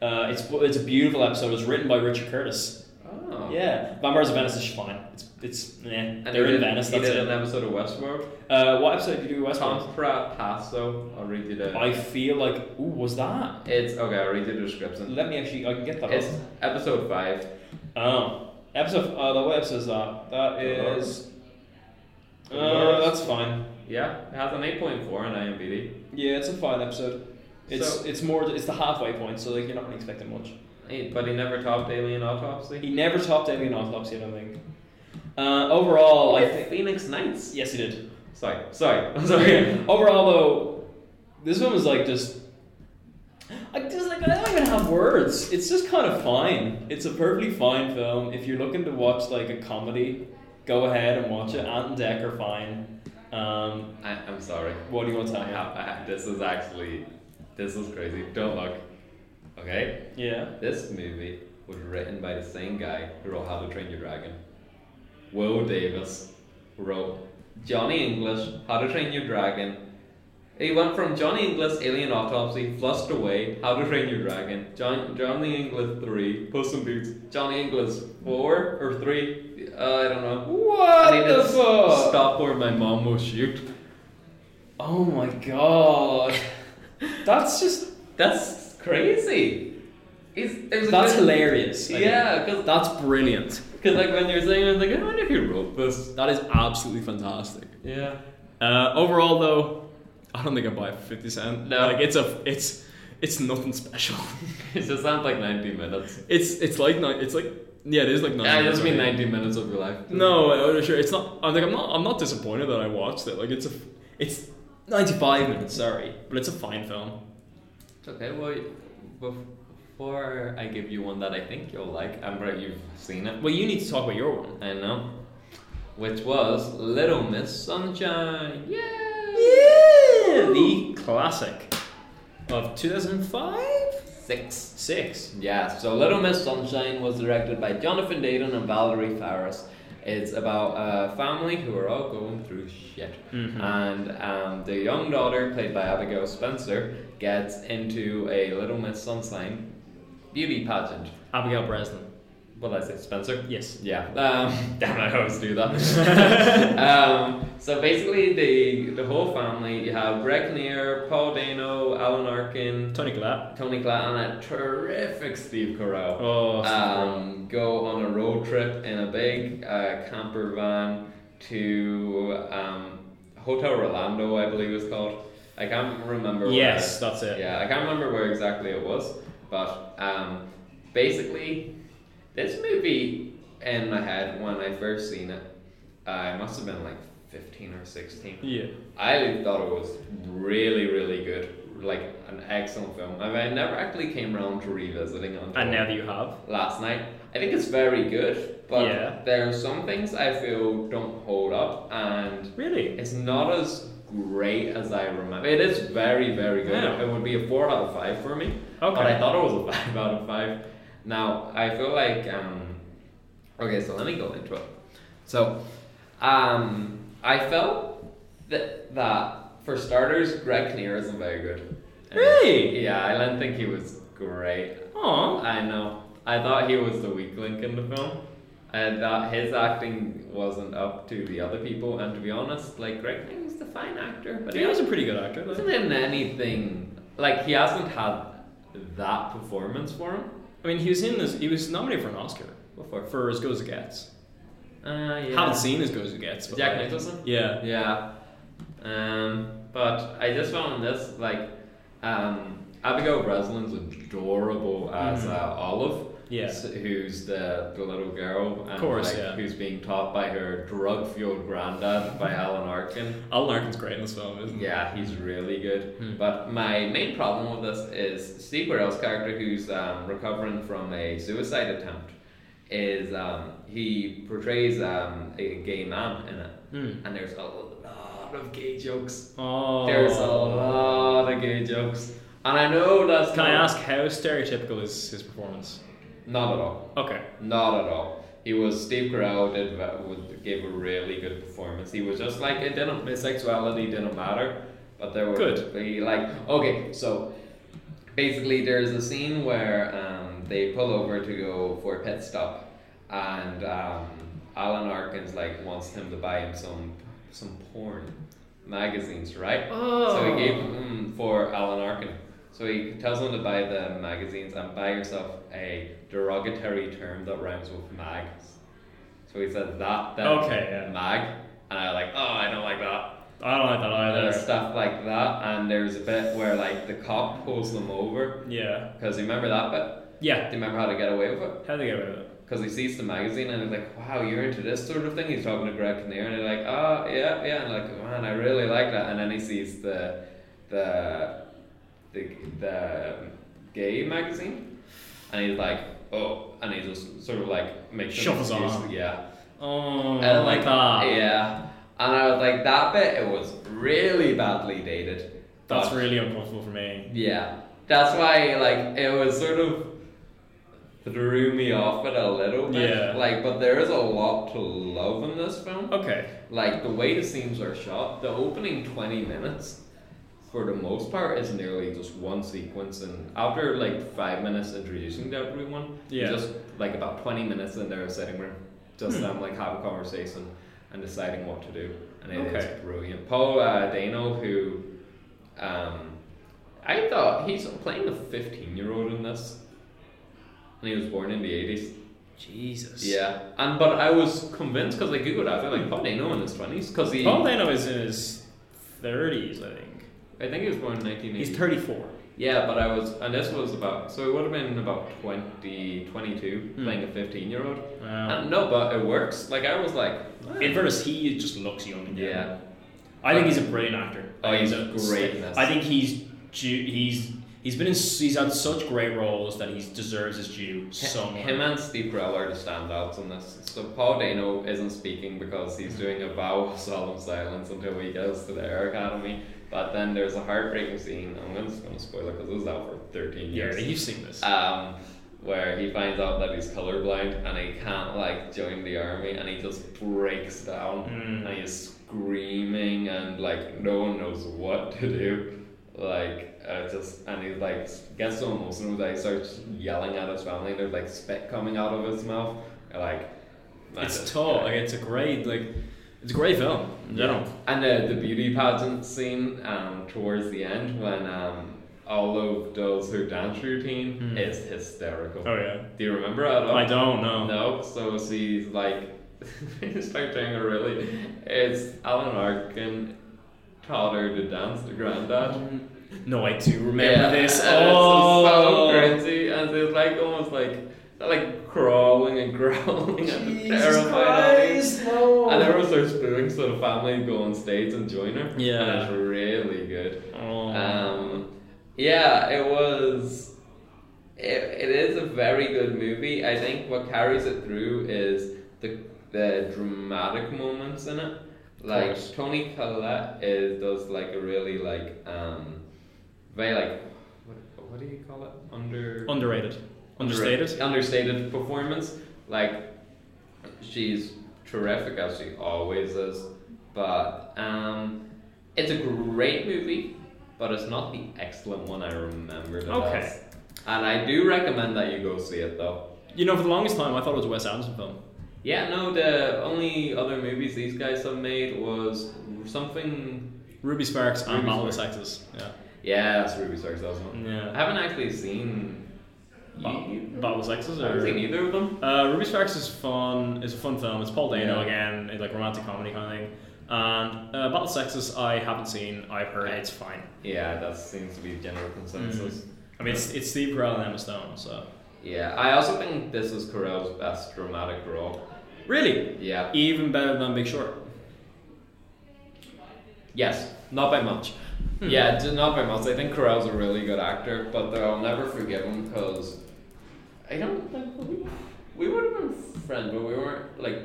Speaker 2: Uh, it's, it's a beautiful episode. It's written by Richard Curtis.
Speaker 1: Oh.
Speaker 2: Yeah. Vampires of Venice is fine. It's, it's eh.
Speaker 1: And
Speaker 2: They're
Speaker 1: he did-
Speaker 2: in Venice,
Speaker 1: He
Speaker 2: that's
Speaker 1: did
Speaker 2: it.
Speaker 1: an episode of Westworld.
Speaker 2: Uh, what episode did you do, Westworld?
Speaker 1: Compra Passo. I'll read you the.
Speaker 2: I feel like, ooh, was that?
Speaker 1: It's. Okay, I'll read you the description.
Speaker 2: Let me actually, I can get that
Speaker 1: It's
Speaker 2: up.
Speaker 1: episode 5.
Speaker 2: Oh. Episode, uh, the- what episode is that? That
Speaker 1: Dolores.
Speaker 2: is... Uh,
Speaker 1: Dolores.
Speaker 2: that's fine.
Speaker 1: Yeah, it has an 8.4 on IMDb.
Speaker 2: Yeah, it's a fine episode. It's
Speaker 1: So-
Speaker 2: it's more it's the halfway point, so like you're not really expecting much.
Speaker 1: He- But he never topped Alien Autopsy.
Speaker 2: He never topped Alien Autopsy, I don't think. Uh, overall, I think
Speaker 1: Phoenix Knights.
Speaker 2: yes, he did.
Speaker 1: Sorry, sorry, I'm
Speaker 2: Okay.
Speaker 1: sorry.
Speaker 2: overall, though, this one was like just. I just like I don't even have words. It's just kind of fine. It's a perfectly fine film. If you're looking to watch like a comedy, go ahead and watch it. Ant and Deck are fine.
Speaker 11: Um,
Speaker 1: I, I'm sorry.
Speaker 11: what do you want to
Speaker 1: I
Speaker 11: tell me?
Speaker 1: have, I have, this is actually, this is crazy. Don't look. Okay?
Speaker 11: Yeah.
Speaker 1: This movie was written by the same guy who wrote How to Train Your Dragon. Will Davis wrote Johnny English, How to Train Your Dragon. He went from Johnny English, Alien Autopsy, Flushed Away, How to Train Your Dragon, John, Johnny English 3, Puss in Boots, Johnny English 4 or 3, uh, I don't know.
Speaker 11: What
Speaker 1: I need to stop or my mom will shoot.
Speaker 11: Oh my god. That's just
Speaker 1: That's crazy. It's, it's
Speaker 11: that's
Speaker 1: good-
Speaker 11: hilarious. I
Speaker 1: Yeah, because
Speaker 2: Th- That's brilliant.
Speaker 1: Because like when you're saying, it, I was like, I wonder who wrote this.
Speaker 2: That is absolutely fantastic.
Speaker 1: Yeah.
Speaker 2: Uh, overall, though, I don't think I buy it for fifty cent.
Speaker 1: No.
Speaker 2: like it's a it's it's nothing special.
Speaker 1: It just sounds like 90 minutes.
Speaker 2: it's it's like nine. It's like yeah, it is like nine.
Speaker 1: Yeah, it
Speaker 2: minutes,
Speaker 1: doesn't mean
Speaker 2: right?
Speaker 1: 90 minutes of your life.
Speaker 2: No, uh, sure. It's not. I'm like I'm not. I'm not disappointed that I watched it. Like it's a it's ninety five minutes. Sorry, but it's a fine film.
Speaker 1: It's okay. Well, before I give you one that I think you'll like, I'm right. You've seen it.
Speaker 2: Well, you need to talk about your one.
Speaker 1: I know. Which was Little Miss Sunshine. Yeah.
Speaker 2: Yeah, the classic of two thousand five
Speaker 1: Six.
Speaker 2: six.
Speaker 1: Yeah, so Little Miss Sunshine was directed by Jonathan Dayton and Valerie Faris. It's about a family who are all going through shit. And um, the young daughter, played by Abigail Spencer, gets into a Little Miss Sunshine beauty pageant.
Speaker 2: Abigail Breslin.
Speaker 1: What did I say, Spencer?
Speaker 2: Yes.
Speaker 1: Yeah. Um, damn, I always do that. um, so basically, the the whole family you have Greg Kinnear, Paul Dano, Alan Arkin,
Speaker 2: Tony Glatt.
Speaker 1: Tony Glatt and a terrific Steve Carell
Speaker 2: Oh, Steve
Speaker 1: um, go on a road trip in a big uh, camper van to um, Hotel Rolando, I believe it's called. I can't remember. where-
Speaker 2: Yes, that's it.
Speaker 1: Yeah, I can't remember where exactly it was, but um, basically, this movie in my head when I first seen it, I must have been like fifteen or sixteen.
Speaker 2: Yeah.
Speaker 1: I thought it was really, really good. Like an excellent film. I, mean, I never actually came around to revisiting it until
Speaker 2: And now that you have.
Speaker 1: last night. I think it's very good, but
Speaker 2: Yeah.
Speaker 1: there are some things I feel don't hold up, and
Speaker 2: Really?
Speaker 1: it's not as great as I remember. It is very, very good.
Speaker 2: Yeah.
Speaker 1: It would be a four out of five for me. But
Speaker 2: Okay.
Speaker 1: I thought it was a five out of five. Now I feel like um, okay, so let me go into it. So um, I felt that that for starters, Greg Kinnear isn't very good. And-
Speaker 2: Really?
Speaker 1: Yeah, I don't think he was great.
Speaker 2: Aw.
Speaker 1: I know. I thought he was the weak link in the film. I thought his acting wasn't up to the other people, and to be honest, like Greg Kinnear was the fine actor, but
Speaker 2: He was a
Speaker 1: hasn't-
Speaker 2: pretty good actor.
Speaker 1: he
Speaker 2: though.
Speaker 1: hasn't in anything. Like he hasn't had that performance for him
Speaker 2: I mean, he was in this. He was nominated for an Oscar
Speaker 1: before.
Speaker 2: for As Good as It Gets.
Speaker 1: Uh, yeah.
Speaker 2: Haven't seen As Good as It Gets. But
Speaker 1: Jack
Speaker 2: like-
Speaker 1: Nicholson?
Speaker 2: Yeah.
Speaker 1: Yeah. Um, but I just found this like um, Abigail Breslin's adorable as
Speaker 2: Mm-hmm.
Speaker 1: uh, Olive.
Speaker 2: Yeah.
Speaker 1: s- Who's the, the little girl? And,
Speaker 2: course,
Speaker 1: like,
Speaker 2: yeah.
Speaker 1: Who's being taught by her drug fueled granddad by Alan Arkin?
Speaker 2: Alan Arkin's great in this film, isn't he?
Speaker 1: Yeah, he's really good.
Speaker 2: Hmm.
Speaker 1: But my main problem with this is Steve Carell's character, who's um, recovering from a suicide attempt, is um, he portrays um, a gay man in it, and there's a lot of gay jokes.
Speaker 2: Hmm. Oh.
Speaker 1: There's a lot of gay jokes, and I know that's
Speaker 2: Can I
Speaker 1: not-
Speaker 2: ask how stereotypical is his performance?
Speaker 1: Not at all.
Speaker 2: Okay.
Speaker 1: Not at all. He was Steve Carell did ve- would- gave a really good performance. He was just like it didn't his sexuality didn't matter, but there were
Speaker 2: Good.
Speaker 1: be like okay so basically there's a scene where um, they pull over to go for a pit stop and um, Alan Arkin's like wants him to buy him some some porn magazines right so he gave
Speaker 2: Oh.
Speaker 1: him for Alan Arkin so he tells him to buy the magazines and buy yourself a derogatory term that rhymes with mag so he said that that
Speaker 2: Okay, yeah.
Speaker 1: mag and I like oh I don't like that
Speaker 2: I don't like that
Speaker 1: and
Speaker 2: either.
Speaker 1: stuff like that. And there's a bit where like the cop pulls them over
Speaker 2: Yeah.
Speaker 1: because you remember that bit. Do
Speaker 2: Yeah.
Speaker 1: you remember how to get away with it?
Speaker 2: How do they get rid of it?
Speaker 1: Because he sees the magazine and he's like, "Wow, you're into this sort of thing." He's talking to Greg Kinnear and he's like, "Oh yeah, yeah," and like, "Man, I really like that." And then he sees the the the the gay magazine, and he's like, "Oh," and he just sort of like makes an
Speaker 2: Shuffles
Speaker 1: excuse-
Speaker 2: on.
Speaker 1: Yeah.
Speaker 2: Oh,
Speaker 1: And
Speaker 2: like that.
Speaker 1: Yeah. And I was like, that bit, it was really badly dated.
Speaker 2: That's
Speaker 1: But-
Speaker 2: really uncomfortable for me.
Speaker 1: Yeah. That's why, like, it was sort of threw me off it a little bit.
Speaker 2: Yeah.
Speaker 1: Like, but there is a lot to love in this film.
Speaker 2: Okay.
Speaker 1: Like, the way the scenes are shot, the opening 20 minutes, for the most part, is nearly just one sequence. And after, like, five minutes introducing to everyone,
Speaker 2: Yeah. Hmm.
Speaker 1: just, like, about 20 minutes in there sitting room, just them, like, have a conversation and deciding what to do. And it is
Speaker 2: Okay.
Speaker 1: brilliant. Paul uh, Dano, who, um, I thought he's playing a 15 year old in this. And he was born in the 80s.
Speaker 2: Jesus.
Speaker 1: Yeah, and but I was convinced because I googled after like Paul Dano in his twenties because he
Speaker 2: Paul Dano is in his 30s, I think.
Speaker 1: I think he was born in nineteen eighty.
Speaker 2: He's 34.
Speaker 1: Yeah, but I was and this was about so it would have been about 20, 22,
Speaker 2: Hmm. Oh.
Speaker 1: playing a fifteen year old.
Speaker 2: Wow.
Speaker 1: And no, but it works. Like I was like, ah.
Speaker 2: Um, In fairness, he just looks young. Again.
Speaker 1: yeah,
Speaker 2: I think he's a brilliant actor.
Speaker 1: Oh,
Speaker 2: I think
Speaker 1: he's
Speaker 2: that's-
Speaker 1: great in this.
Speaker 2: I think he's due, he's he's been in, s- he's had such great roles that he deserves his due somewhere.
Speaker 1: him and Steve Carell are the standouts in this. So Paul Dano isn't speaking because
Speaker 2: Hmm.
Speaker 1: he's doing a vow of solemn silence until he goes to the Air Academy. But then there's a heartbreaking scene. I'm just gonna spoil it because it was out for thirteen
Speaker 2: yeah,
Speaker 1: years.
Speaker 2: you've seen this.
Speaker 1: um, where he finds out that he's colorblind and he can't like join the army and he just breaks down
Speaker 2: Mm.
Speaker 1: and he's screaming and like no one knows what to do like uh, just and he like gets so emotional that he starts yelling at his family there's like spit coming out of his mouth like
Speaker 2: it's tough. Like, it's a great like it's a great film. in general.
Speaker 1: and the, the beauty pageant scene um, towards the end when um, Olive does her dance routine
Speaker 2: Mm.
Speaker 1: is hysterical
Speaker 2: Oh yeah.
Speaker 1: do you remember it at all?
Speaker 2: I don't know.
Speaker 1: Oh. No, so she's like, it's like doing a really, it's Alan Arkin taught her to dance the granddad.
Speaker 2: No, I do remember
Speaker 1: Mm-hmm. Yeah,
Speaker 2: this.
Speaker 1: and
Speaker 2: Oh,
Speaker 1: it's just so cringy, and it's like almost like they're like crawling and growling and
Speaker 2: Jesus
Speaker 1: terrified audience.
Speaker 2: Christ, no.
Speaker 1: And everyone starts booing, so the family go on stage and join her. and
Speaker 2: Yeah.
Speaker 1: it's really good.
Speaker 2: Oh.
Speaker 1: Um, yeah, it was. It, it is a very good movie. I think what carries it through is the the dramatic moments in it. Like
Speaker 2: course.
Speaker 1: Tony Collette is does like a really like um, very like what, what do you call it under
Speaker 2: underrated, understated.
Speaker 1: understated performance. Like she's terrific as she always is, but um, it's a great movie, but it's not the excellent one I remembered. It
Speaker 2: Okay.
Speaker 1: as. And I do recommend that you go see it though.
Speaker 2: You know, for the longest time, I thought it was a Wes Anderson film.
Speaker 1: Yeah, no, the only other movies these guys have made was something.
Speaker 2: Ruby Sparks and
Speaker 1: Ruby
Speaker 2: Battle of the
Speaker 1: Sparks.
Speaker 2: Sexes. Yeah.
Speaker 1: Yeah, that's Ruby Sparks, that was one.
Speaker 2: Yeah.
Speaker 1: I haven't actually seen.
Speaker 2: Battle, Battle of the Sexes.
Speaker 1: I haven't seen
Speaker 2: Or...
Speaker 1: either of them.
Speaker 2: Uh, Ruby Sparks is fun. It's a fun film. It's Paul Dano
Speaker 1: Yeah.
Speaker 2: again. It's like romantic comedy kind of thing. And uh, Battle of the Sexes, I haven't seen. I've heard it's fine.
Speaker 1: Yeah, that seems to be the general consensus.
Speaker 2: I mean, it's, it's Steve Carell and Emma Stone. So
Speaker 1: Yeah, I also think this is Carell's best dramatic role.
Speaker 2: really,
Speaker 1: Yeah.
Speaker 2: even better than Big Short.
Speaker 1: Yes, not by much. Yeah, d- not by much. I think Carell's a really good actor, but I'll never forgive him because I don't think we, we would have been friends, but we weren't like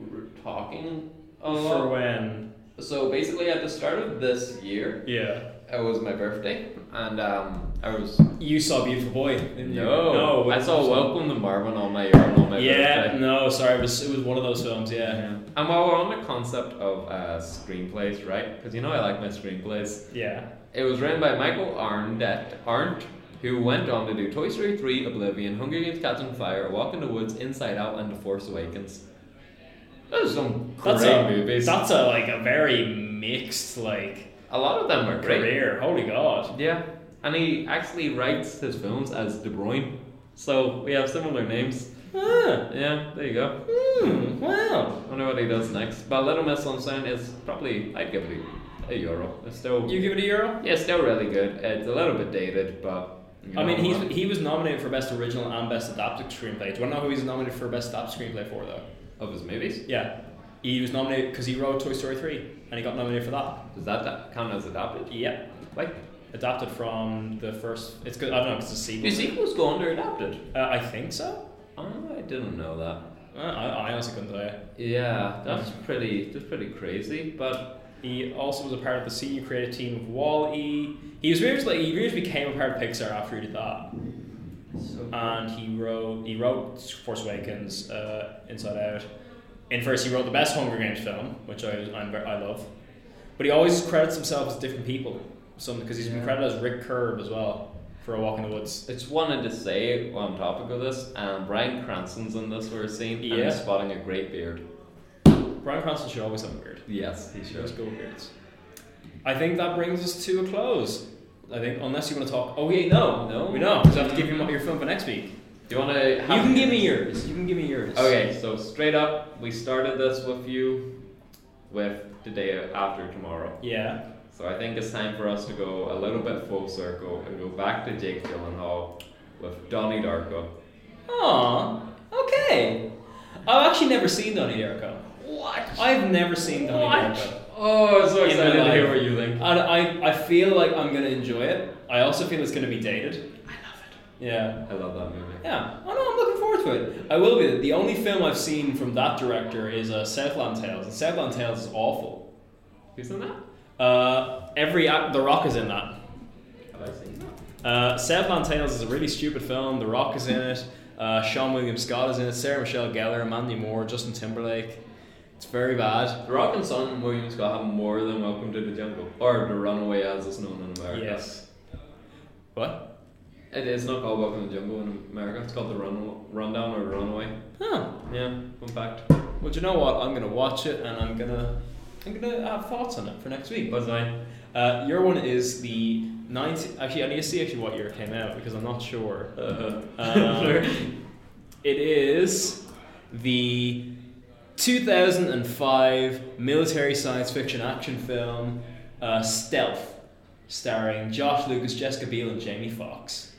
Speaker 1: we were talking a
Speaker 2: For
Speaker 1: lot.
Speaker 2: when?
Speaker 1: So basically, at the start of this year,
Speaker 2: Yeah.
Speaker 1: it was my birthday, and um, I was
Speaker 2: You saw Beautiful Boy. Didn't you?
Speaker 1: no,
Speaker 2: No.
Speaker 1: I saw Welcome to Marvin on my year on my
Speaker 2: Yeah.
Speaker 1: birthday.
Speaker 2: No. Sorry. It was it was one of those films. Yeah.
Speaker 1: And while we're on the concept of uh, screenplays, right? Because you know I like my screenplays.
Speaker 2: Yeah.
Speaker 1: It was written by Michael Arndt, Arndt, who went on to do Toy Story 3, Oblivion, Hunger Games, Catch on Fire, A Walk in the Woods, Inside Out, and The Force Awakens. Those are some great
Speaker 2: That's a
Speaker 1: movies.
Speaker 2: that's a like a very mixed like
Speaker 1: a lot of them are great.
Speaker 2: career. Holy God.
Speaker 1: Yeah, and he actually writes his films as De Bruyne, so we have similar names.
Speaker 2: Ah.
Speaker 1: Yeah, there you go.
Speaker 2: Hmm. Wow.
Speaker 1: I wonder what he does next. But Little Miss Sunshine is probably I'd give it a euro. It's still
Speaker 2: You give it a euro.
Speaker 1: yeah, it's still really good. It's a little bit dated, but you
Speaker 2: I
Speaker 1: know,
Speaker 2: mean, he's,
Speaker 1: uh,
Speaker 2: he was nominated for Best Original and Best Adapted Screenplay. Do you want to know who he's nominated for Best Adapted Screenplay for, though?
Speaker 1: uh, of his movies.
Speaker 2: Yeah. He was nominated because he wrote Toy Story 3, and he got nominated for that.
Speaker 1: Does that da- count as adapted?
Speaker 2: Yeah.
Speaker 1: Like,
Speaker 2: Adapted from the first. It's good. I don't know, 'cause it's a
Speaker 1: do
Speaker 2: sequel.
Speaker 1: sequels go under adapted?
Speaker 2: Uh, I think so. Uh,
Speaker 1: Oh, I didn't know that.
Speaker 2: I, I honestly couldn't tell you.
Speaker 1: Yeah, that's pretty that's pretty crazy. But
Speaker 2: He also was a part of the senior creative team of Wall E. He was really, like, he really became a part of Pixar after he did that.
Speaker 1: so
Speaker 2: and he wrote he wrote Force Awakens, uh, Inside Out. And first, he wrote the best Hunger Games film, which I I'm, ver- I love. But he always credits himself as different people, some because he's been
Speaker 1: Yeah.
Speaker 2: credited as Rick Curb as well for A Walk in the Woods.
Speaker 1: it's wanted to say on topic of this, um, Brian Cranston's in this we're seeing and
Speaker 2: Yeah.
Speaker 1: he's spotting a great beard.
Speaker 2: Brian Cranston should always have a beard.
Speaker 1: Yes, he
Speaker 2: He always
Speaker 1: should.
Speaker 2: go with beards. I think that brings us to a close. I think unless you want to talk. Oh yeah, no,
Speaker 1: No.
Speaker 2: we know. 'cause I have to give you my- your film for next week.
Speaker 1: Do you want to?
Speaker 2: You can give me yours. You can give me yours.
Speaker 1: Okay, so straight up, we started this with you, with the day after tomorrow.
Speaker 2: Yeah.
Speaker 1: So I think it's time for us to go a little bit full circle and go back to Jake Gyllenhaal with Donnie Darko.
Speaker 2: Aw, okay. I've actually never seen Donnie Darko. What? I've never seen Donnie Darko.
Speaker 1: Oh, so
Speaker 2: In
Speaker 1: excited
Speaker 2: my
Speaker 1: to hear
Speaker 2: life.
Speaker 1: what you think.
Speaker 2: And I, I feel like I'm going to enjoy it. I also feel it's going to be dated. I love it. Yeah.
Speaker 1: I love that movie.
Speaker 2: Yeah. Oh no, I'm looking forward to it. I will be. The only film I've seen from that director is uh, Southland Tales, and Southland Tales is awful.
Speaker 1: Who's in that?
Speaker 2: Uh, every act, The Rock is in that.
Speaker 1: Have I seen that?
Speaker 2: Uh, Southland Tales is a really stupid film. The Rock is in it. Uh, Sean William Scott is in it. Sarah Michelle Gellar, Mandy Moore, Justin Timberlake. It's very bad.
Speaker 1: The Rock and Son Williams got have more than Welcome to the Jungle, or The Runaway as it's known in America.
Speaker 2: Yes. What?
Speaker 1: It is not called Welcome to the Jungle in America. It's called The Run Rundown or Runaway.
Speaker 2: Huh.
Speaker 1: Yeah, fun fact.
Speaker 2: Well, do you know what? I'm gonna watch it, and I'm gonna I'm gonna have thoughts on it for next week.
Speaker 1: Was I?
Speaker 2: Uh, your one is the 19. Actually, I need to see actually what year it came out because I'm not sure. Um, it is the 2005 military science fiction action film uh, Stealth, starring Josh Lucas, Jessica Biel, and Jamie Foxx.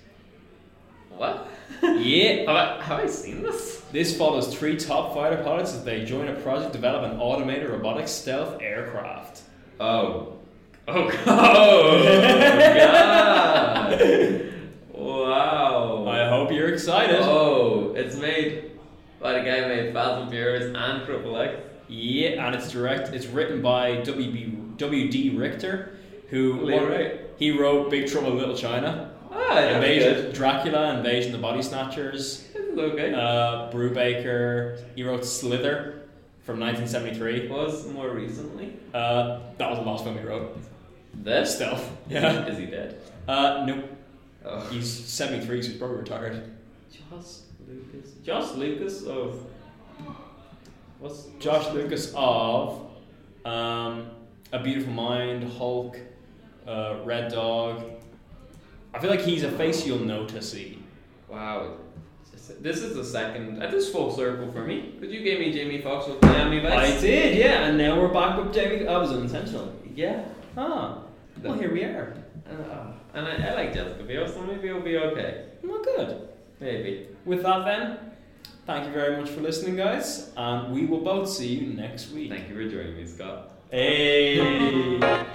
Speaker 1: What?
Speaker 2: Yeah.
Speaker 1: Have I, have I seen this?
Speaker 2: This follows three top fighter pilots as they join a project to develop an automated robotic stealth aircraft.
Speaker 1: Oh. Oh God! God. Wow.
Speaker 2: I hope you're excited.
Speaker 1: Oh, it's made by the guy who made Fast and Furious and Triple X.
Speaker 2: Yeah, and it's direct. It's written by WB WD Richter, who
Speaker 1: Lee Wright.
Speaker 2: he wrote Big Trouble in Little China,
Speaker 1: Ah, that's
Speaker 2: Invasion
Speaker 1: good.
Speaker 2: Dracula, Invasion of the Body Snatchers,
Speaker 1: This is okay.
Speaker 2: uh, Brubaker. He wrote Slither from 1973.
Speaker 1: was more recently.
Speaker 2: Uh, that was the last film he wrote.
Speaker 1: This
Speaker 2: Stealth. Yeah.
Speaker 1: Is he dead?
Speaker 2: Uh, nope.
Speaker 1: Oh.
Speaker 2: He's 73, so he's probably retired.
Speaker 1: Joss Lucas. Joss Lucas of. What's
Speaker 2: Josh Lucas of um, A Beautiful Mind, Hulk, uh, Red Dog. I feel like he's a face you'll know to see.
Speaker 1: Wow. This is the second. That is full circle for me. But you gave me Jamie Foxx with Miami Vice.
Speaker 2: I did, yeah, and now we're back with Jamie. That was unintentional.
Speaker 1: Yeah.
Speaker 2: Ah, well, here we are.
Speaker 1: And, uh, and I, I like Jessica Biel, so maybe it'll be okay.
Speaker 2: Well, good.
Speaker 1: Maybe.
Speaker 2: With that, then, thank you very much for listening, guys, and we will both see you next week.
Speaker 1: Thank you for joining me, Scott.
Speaker 2: Hey!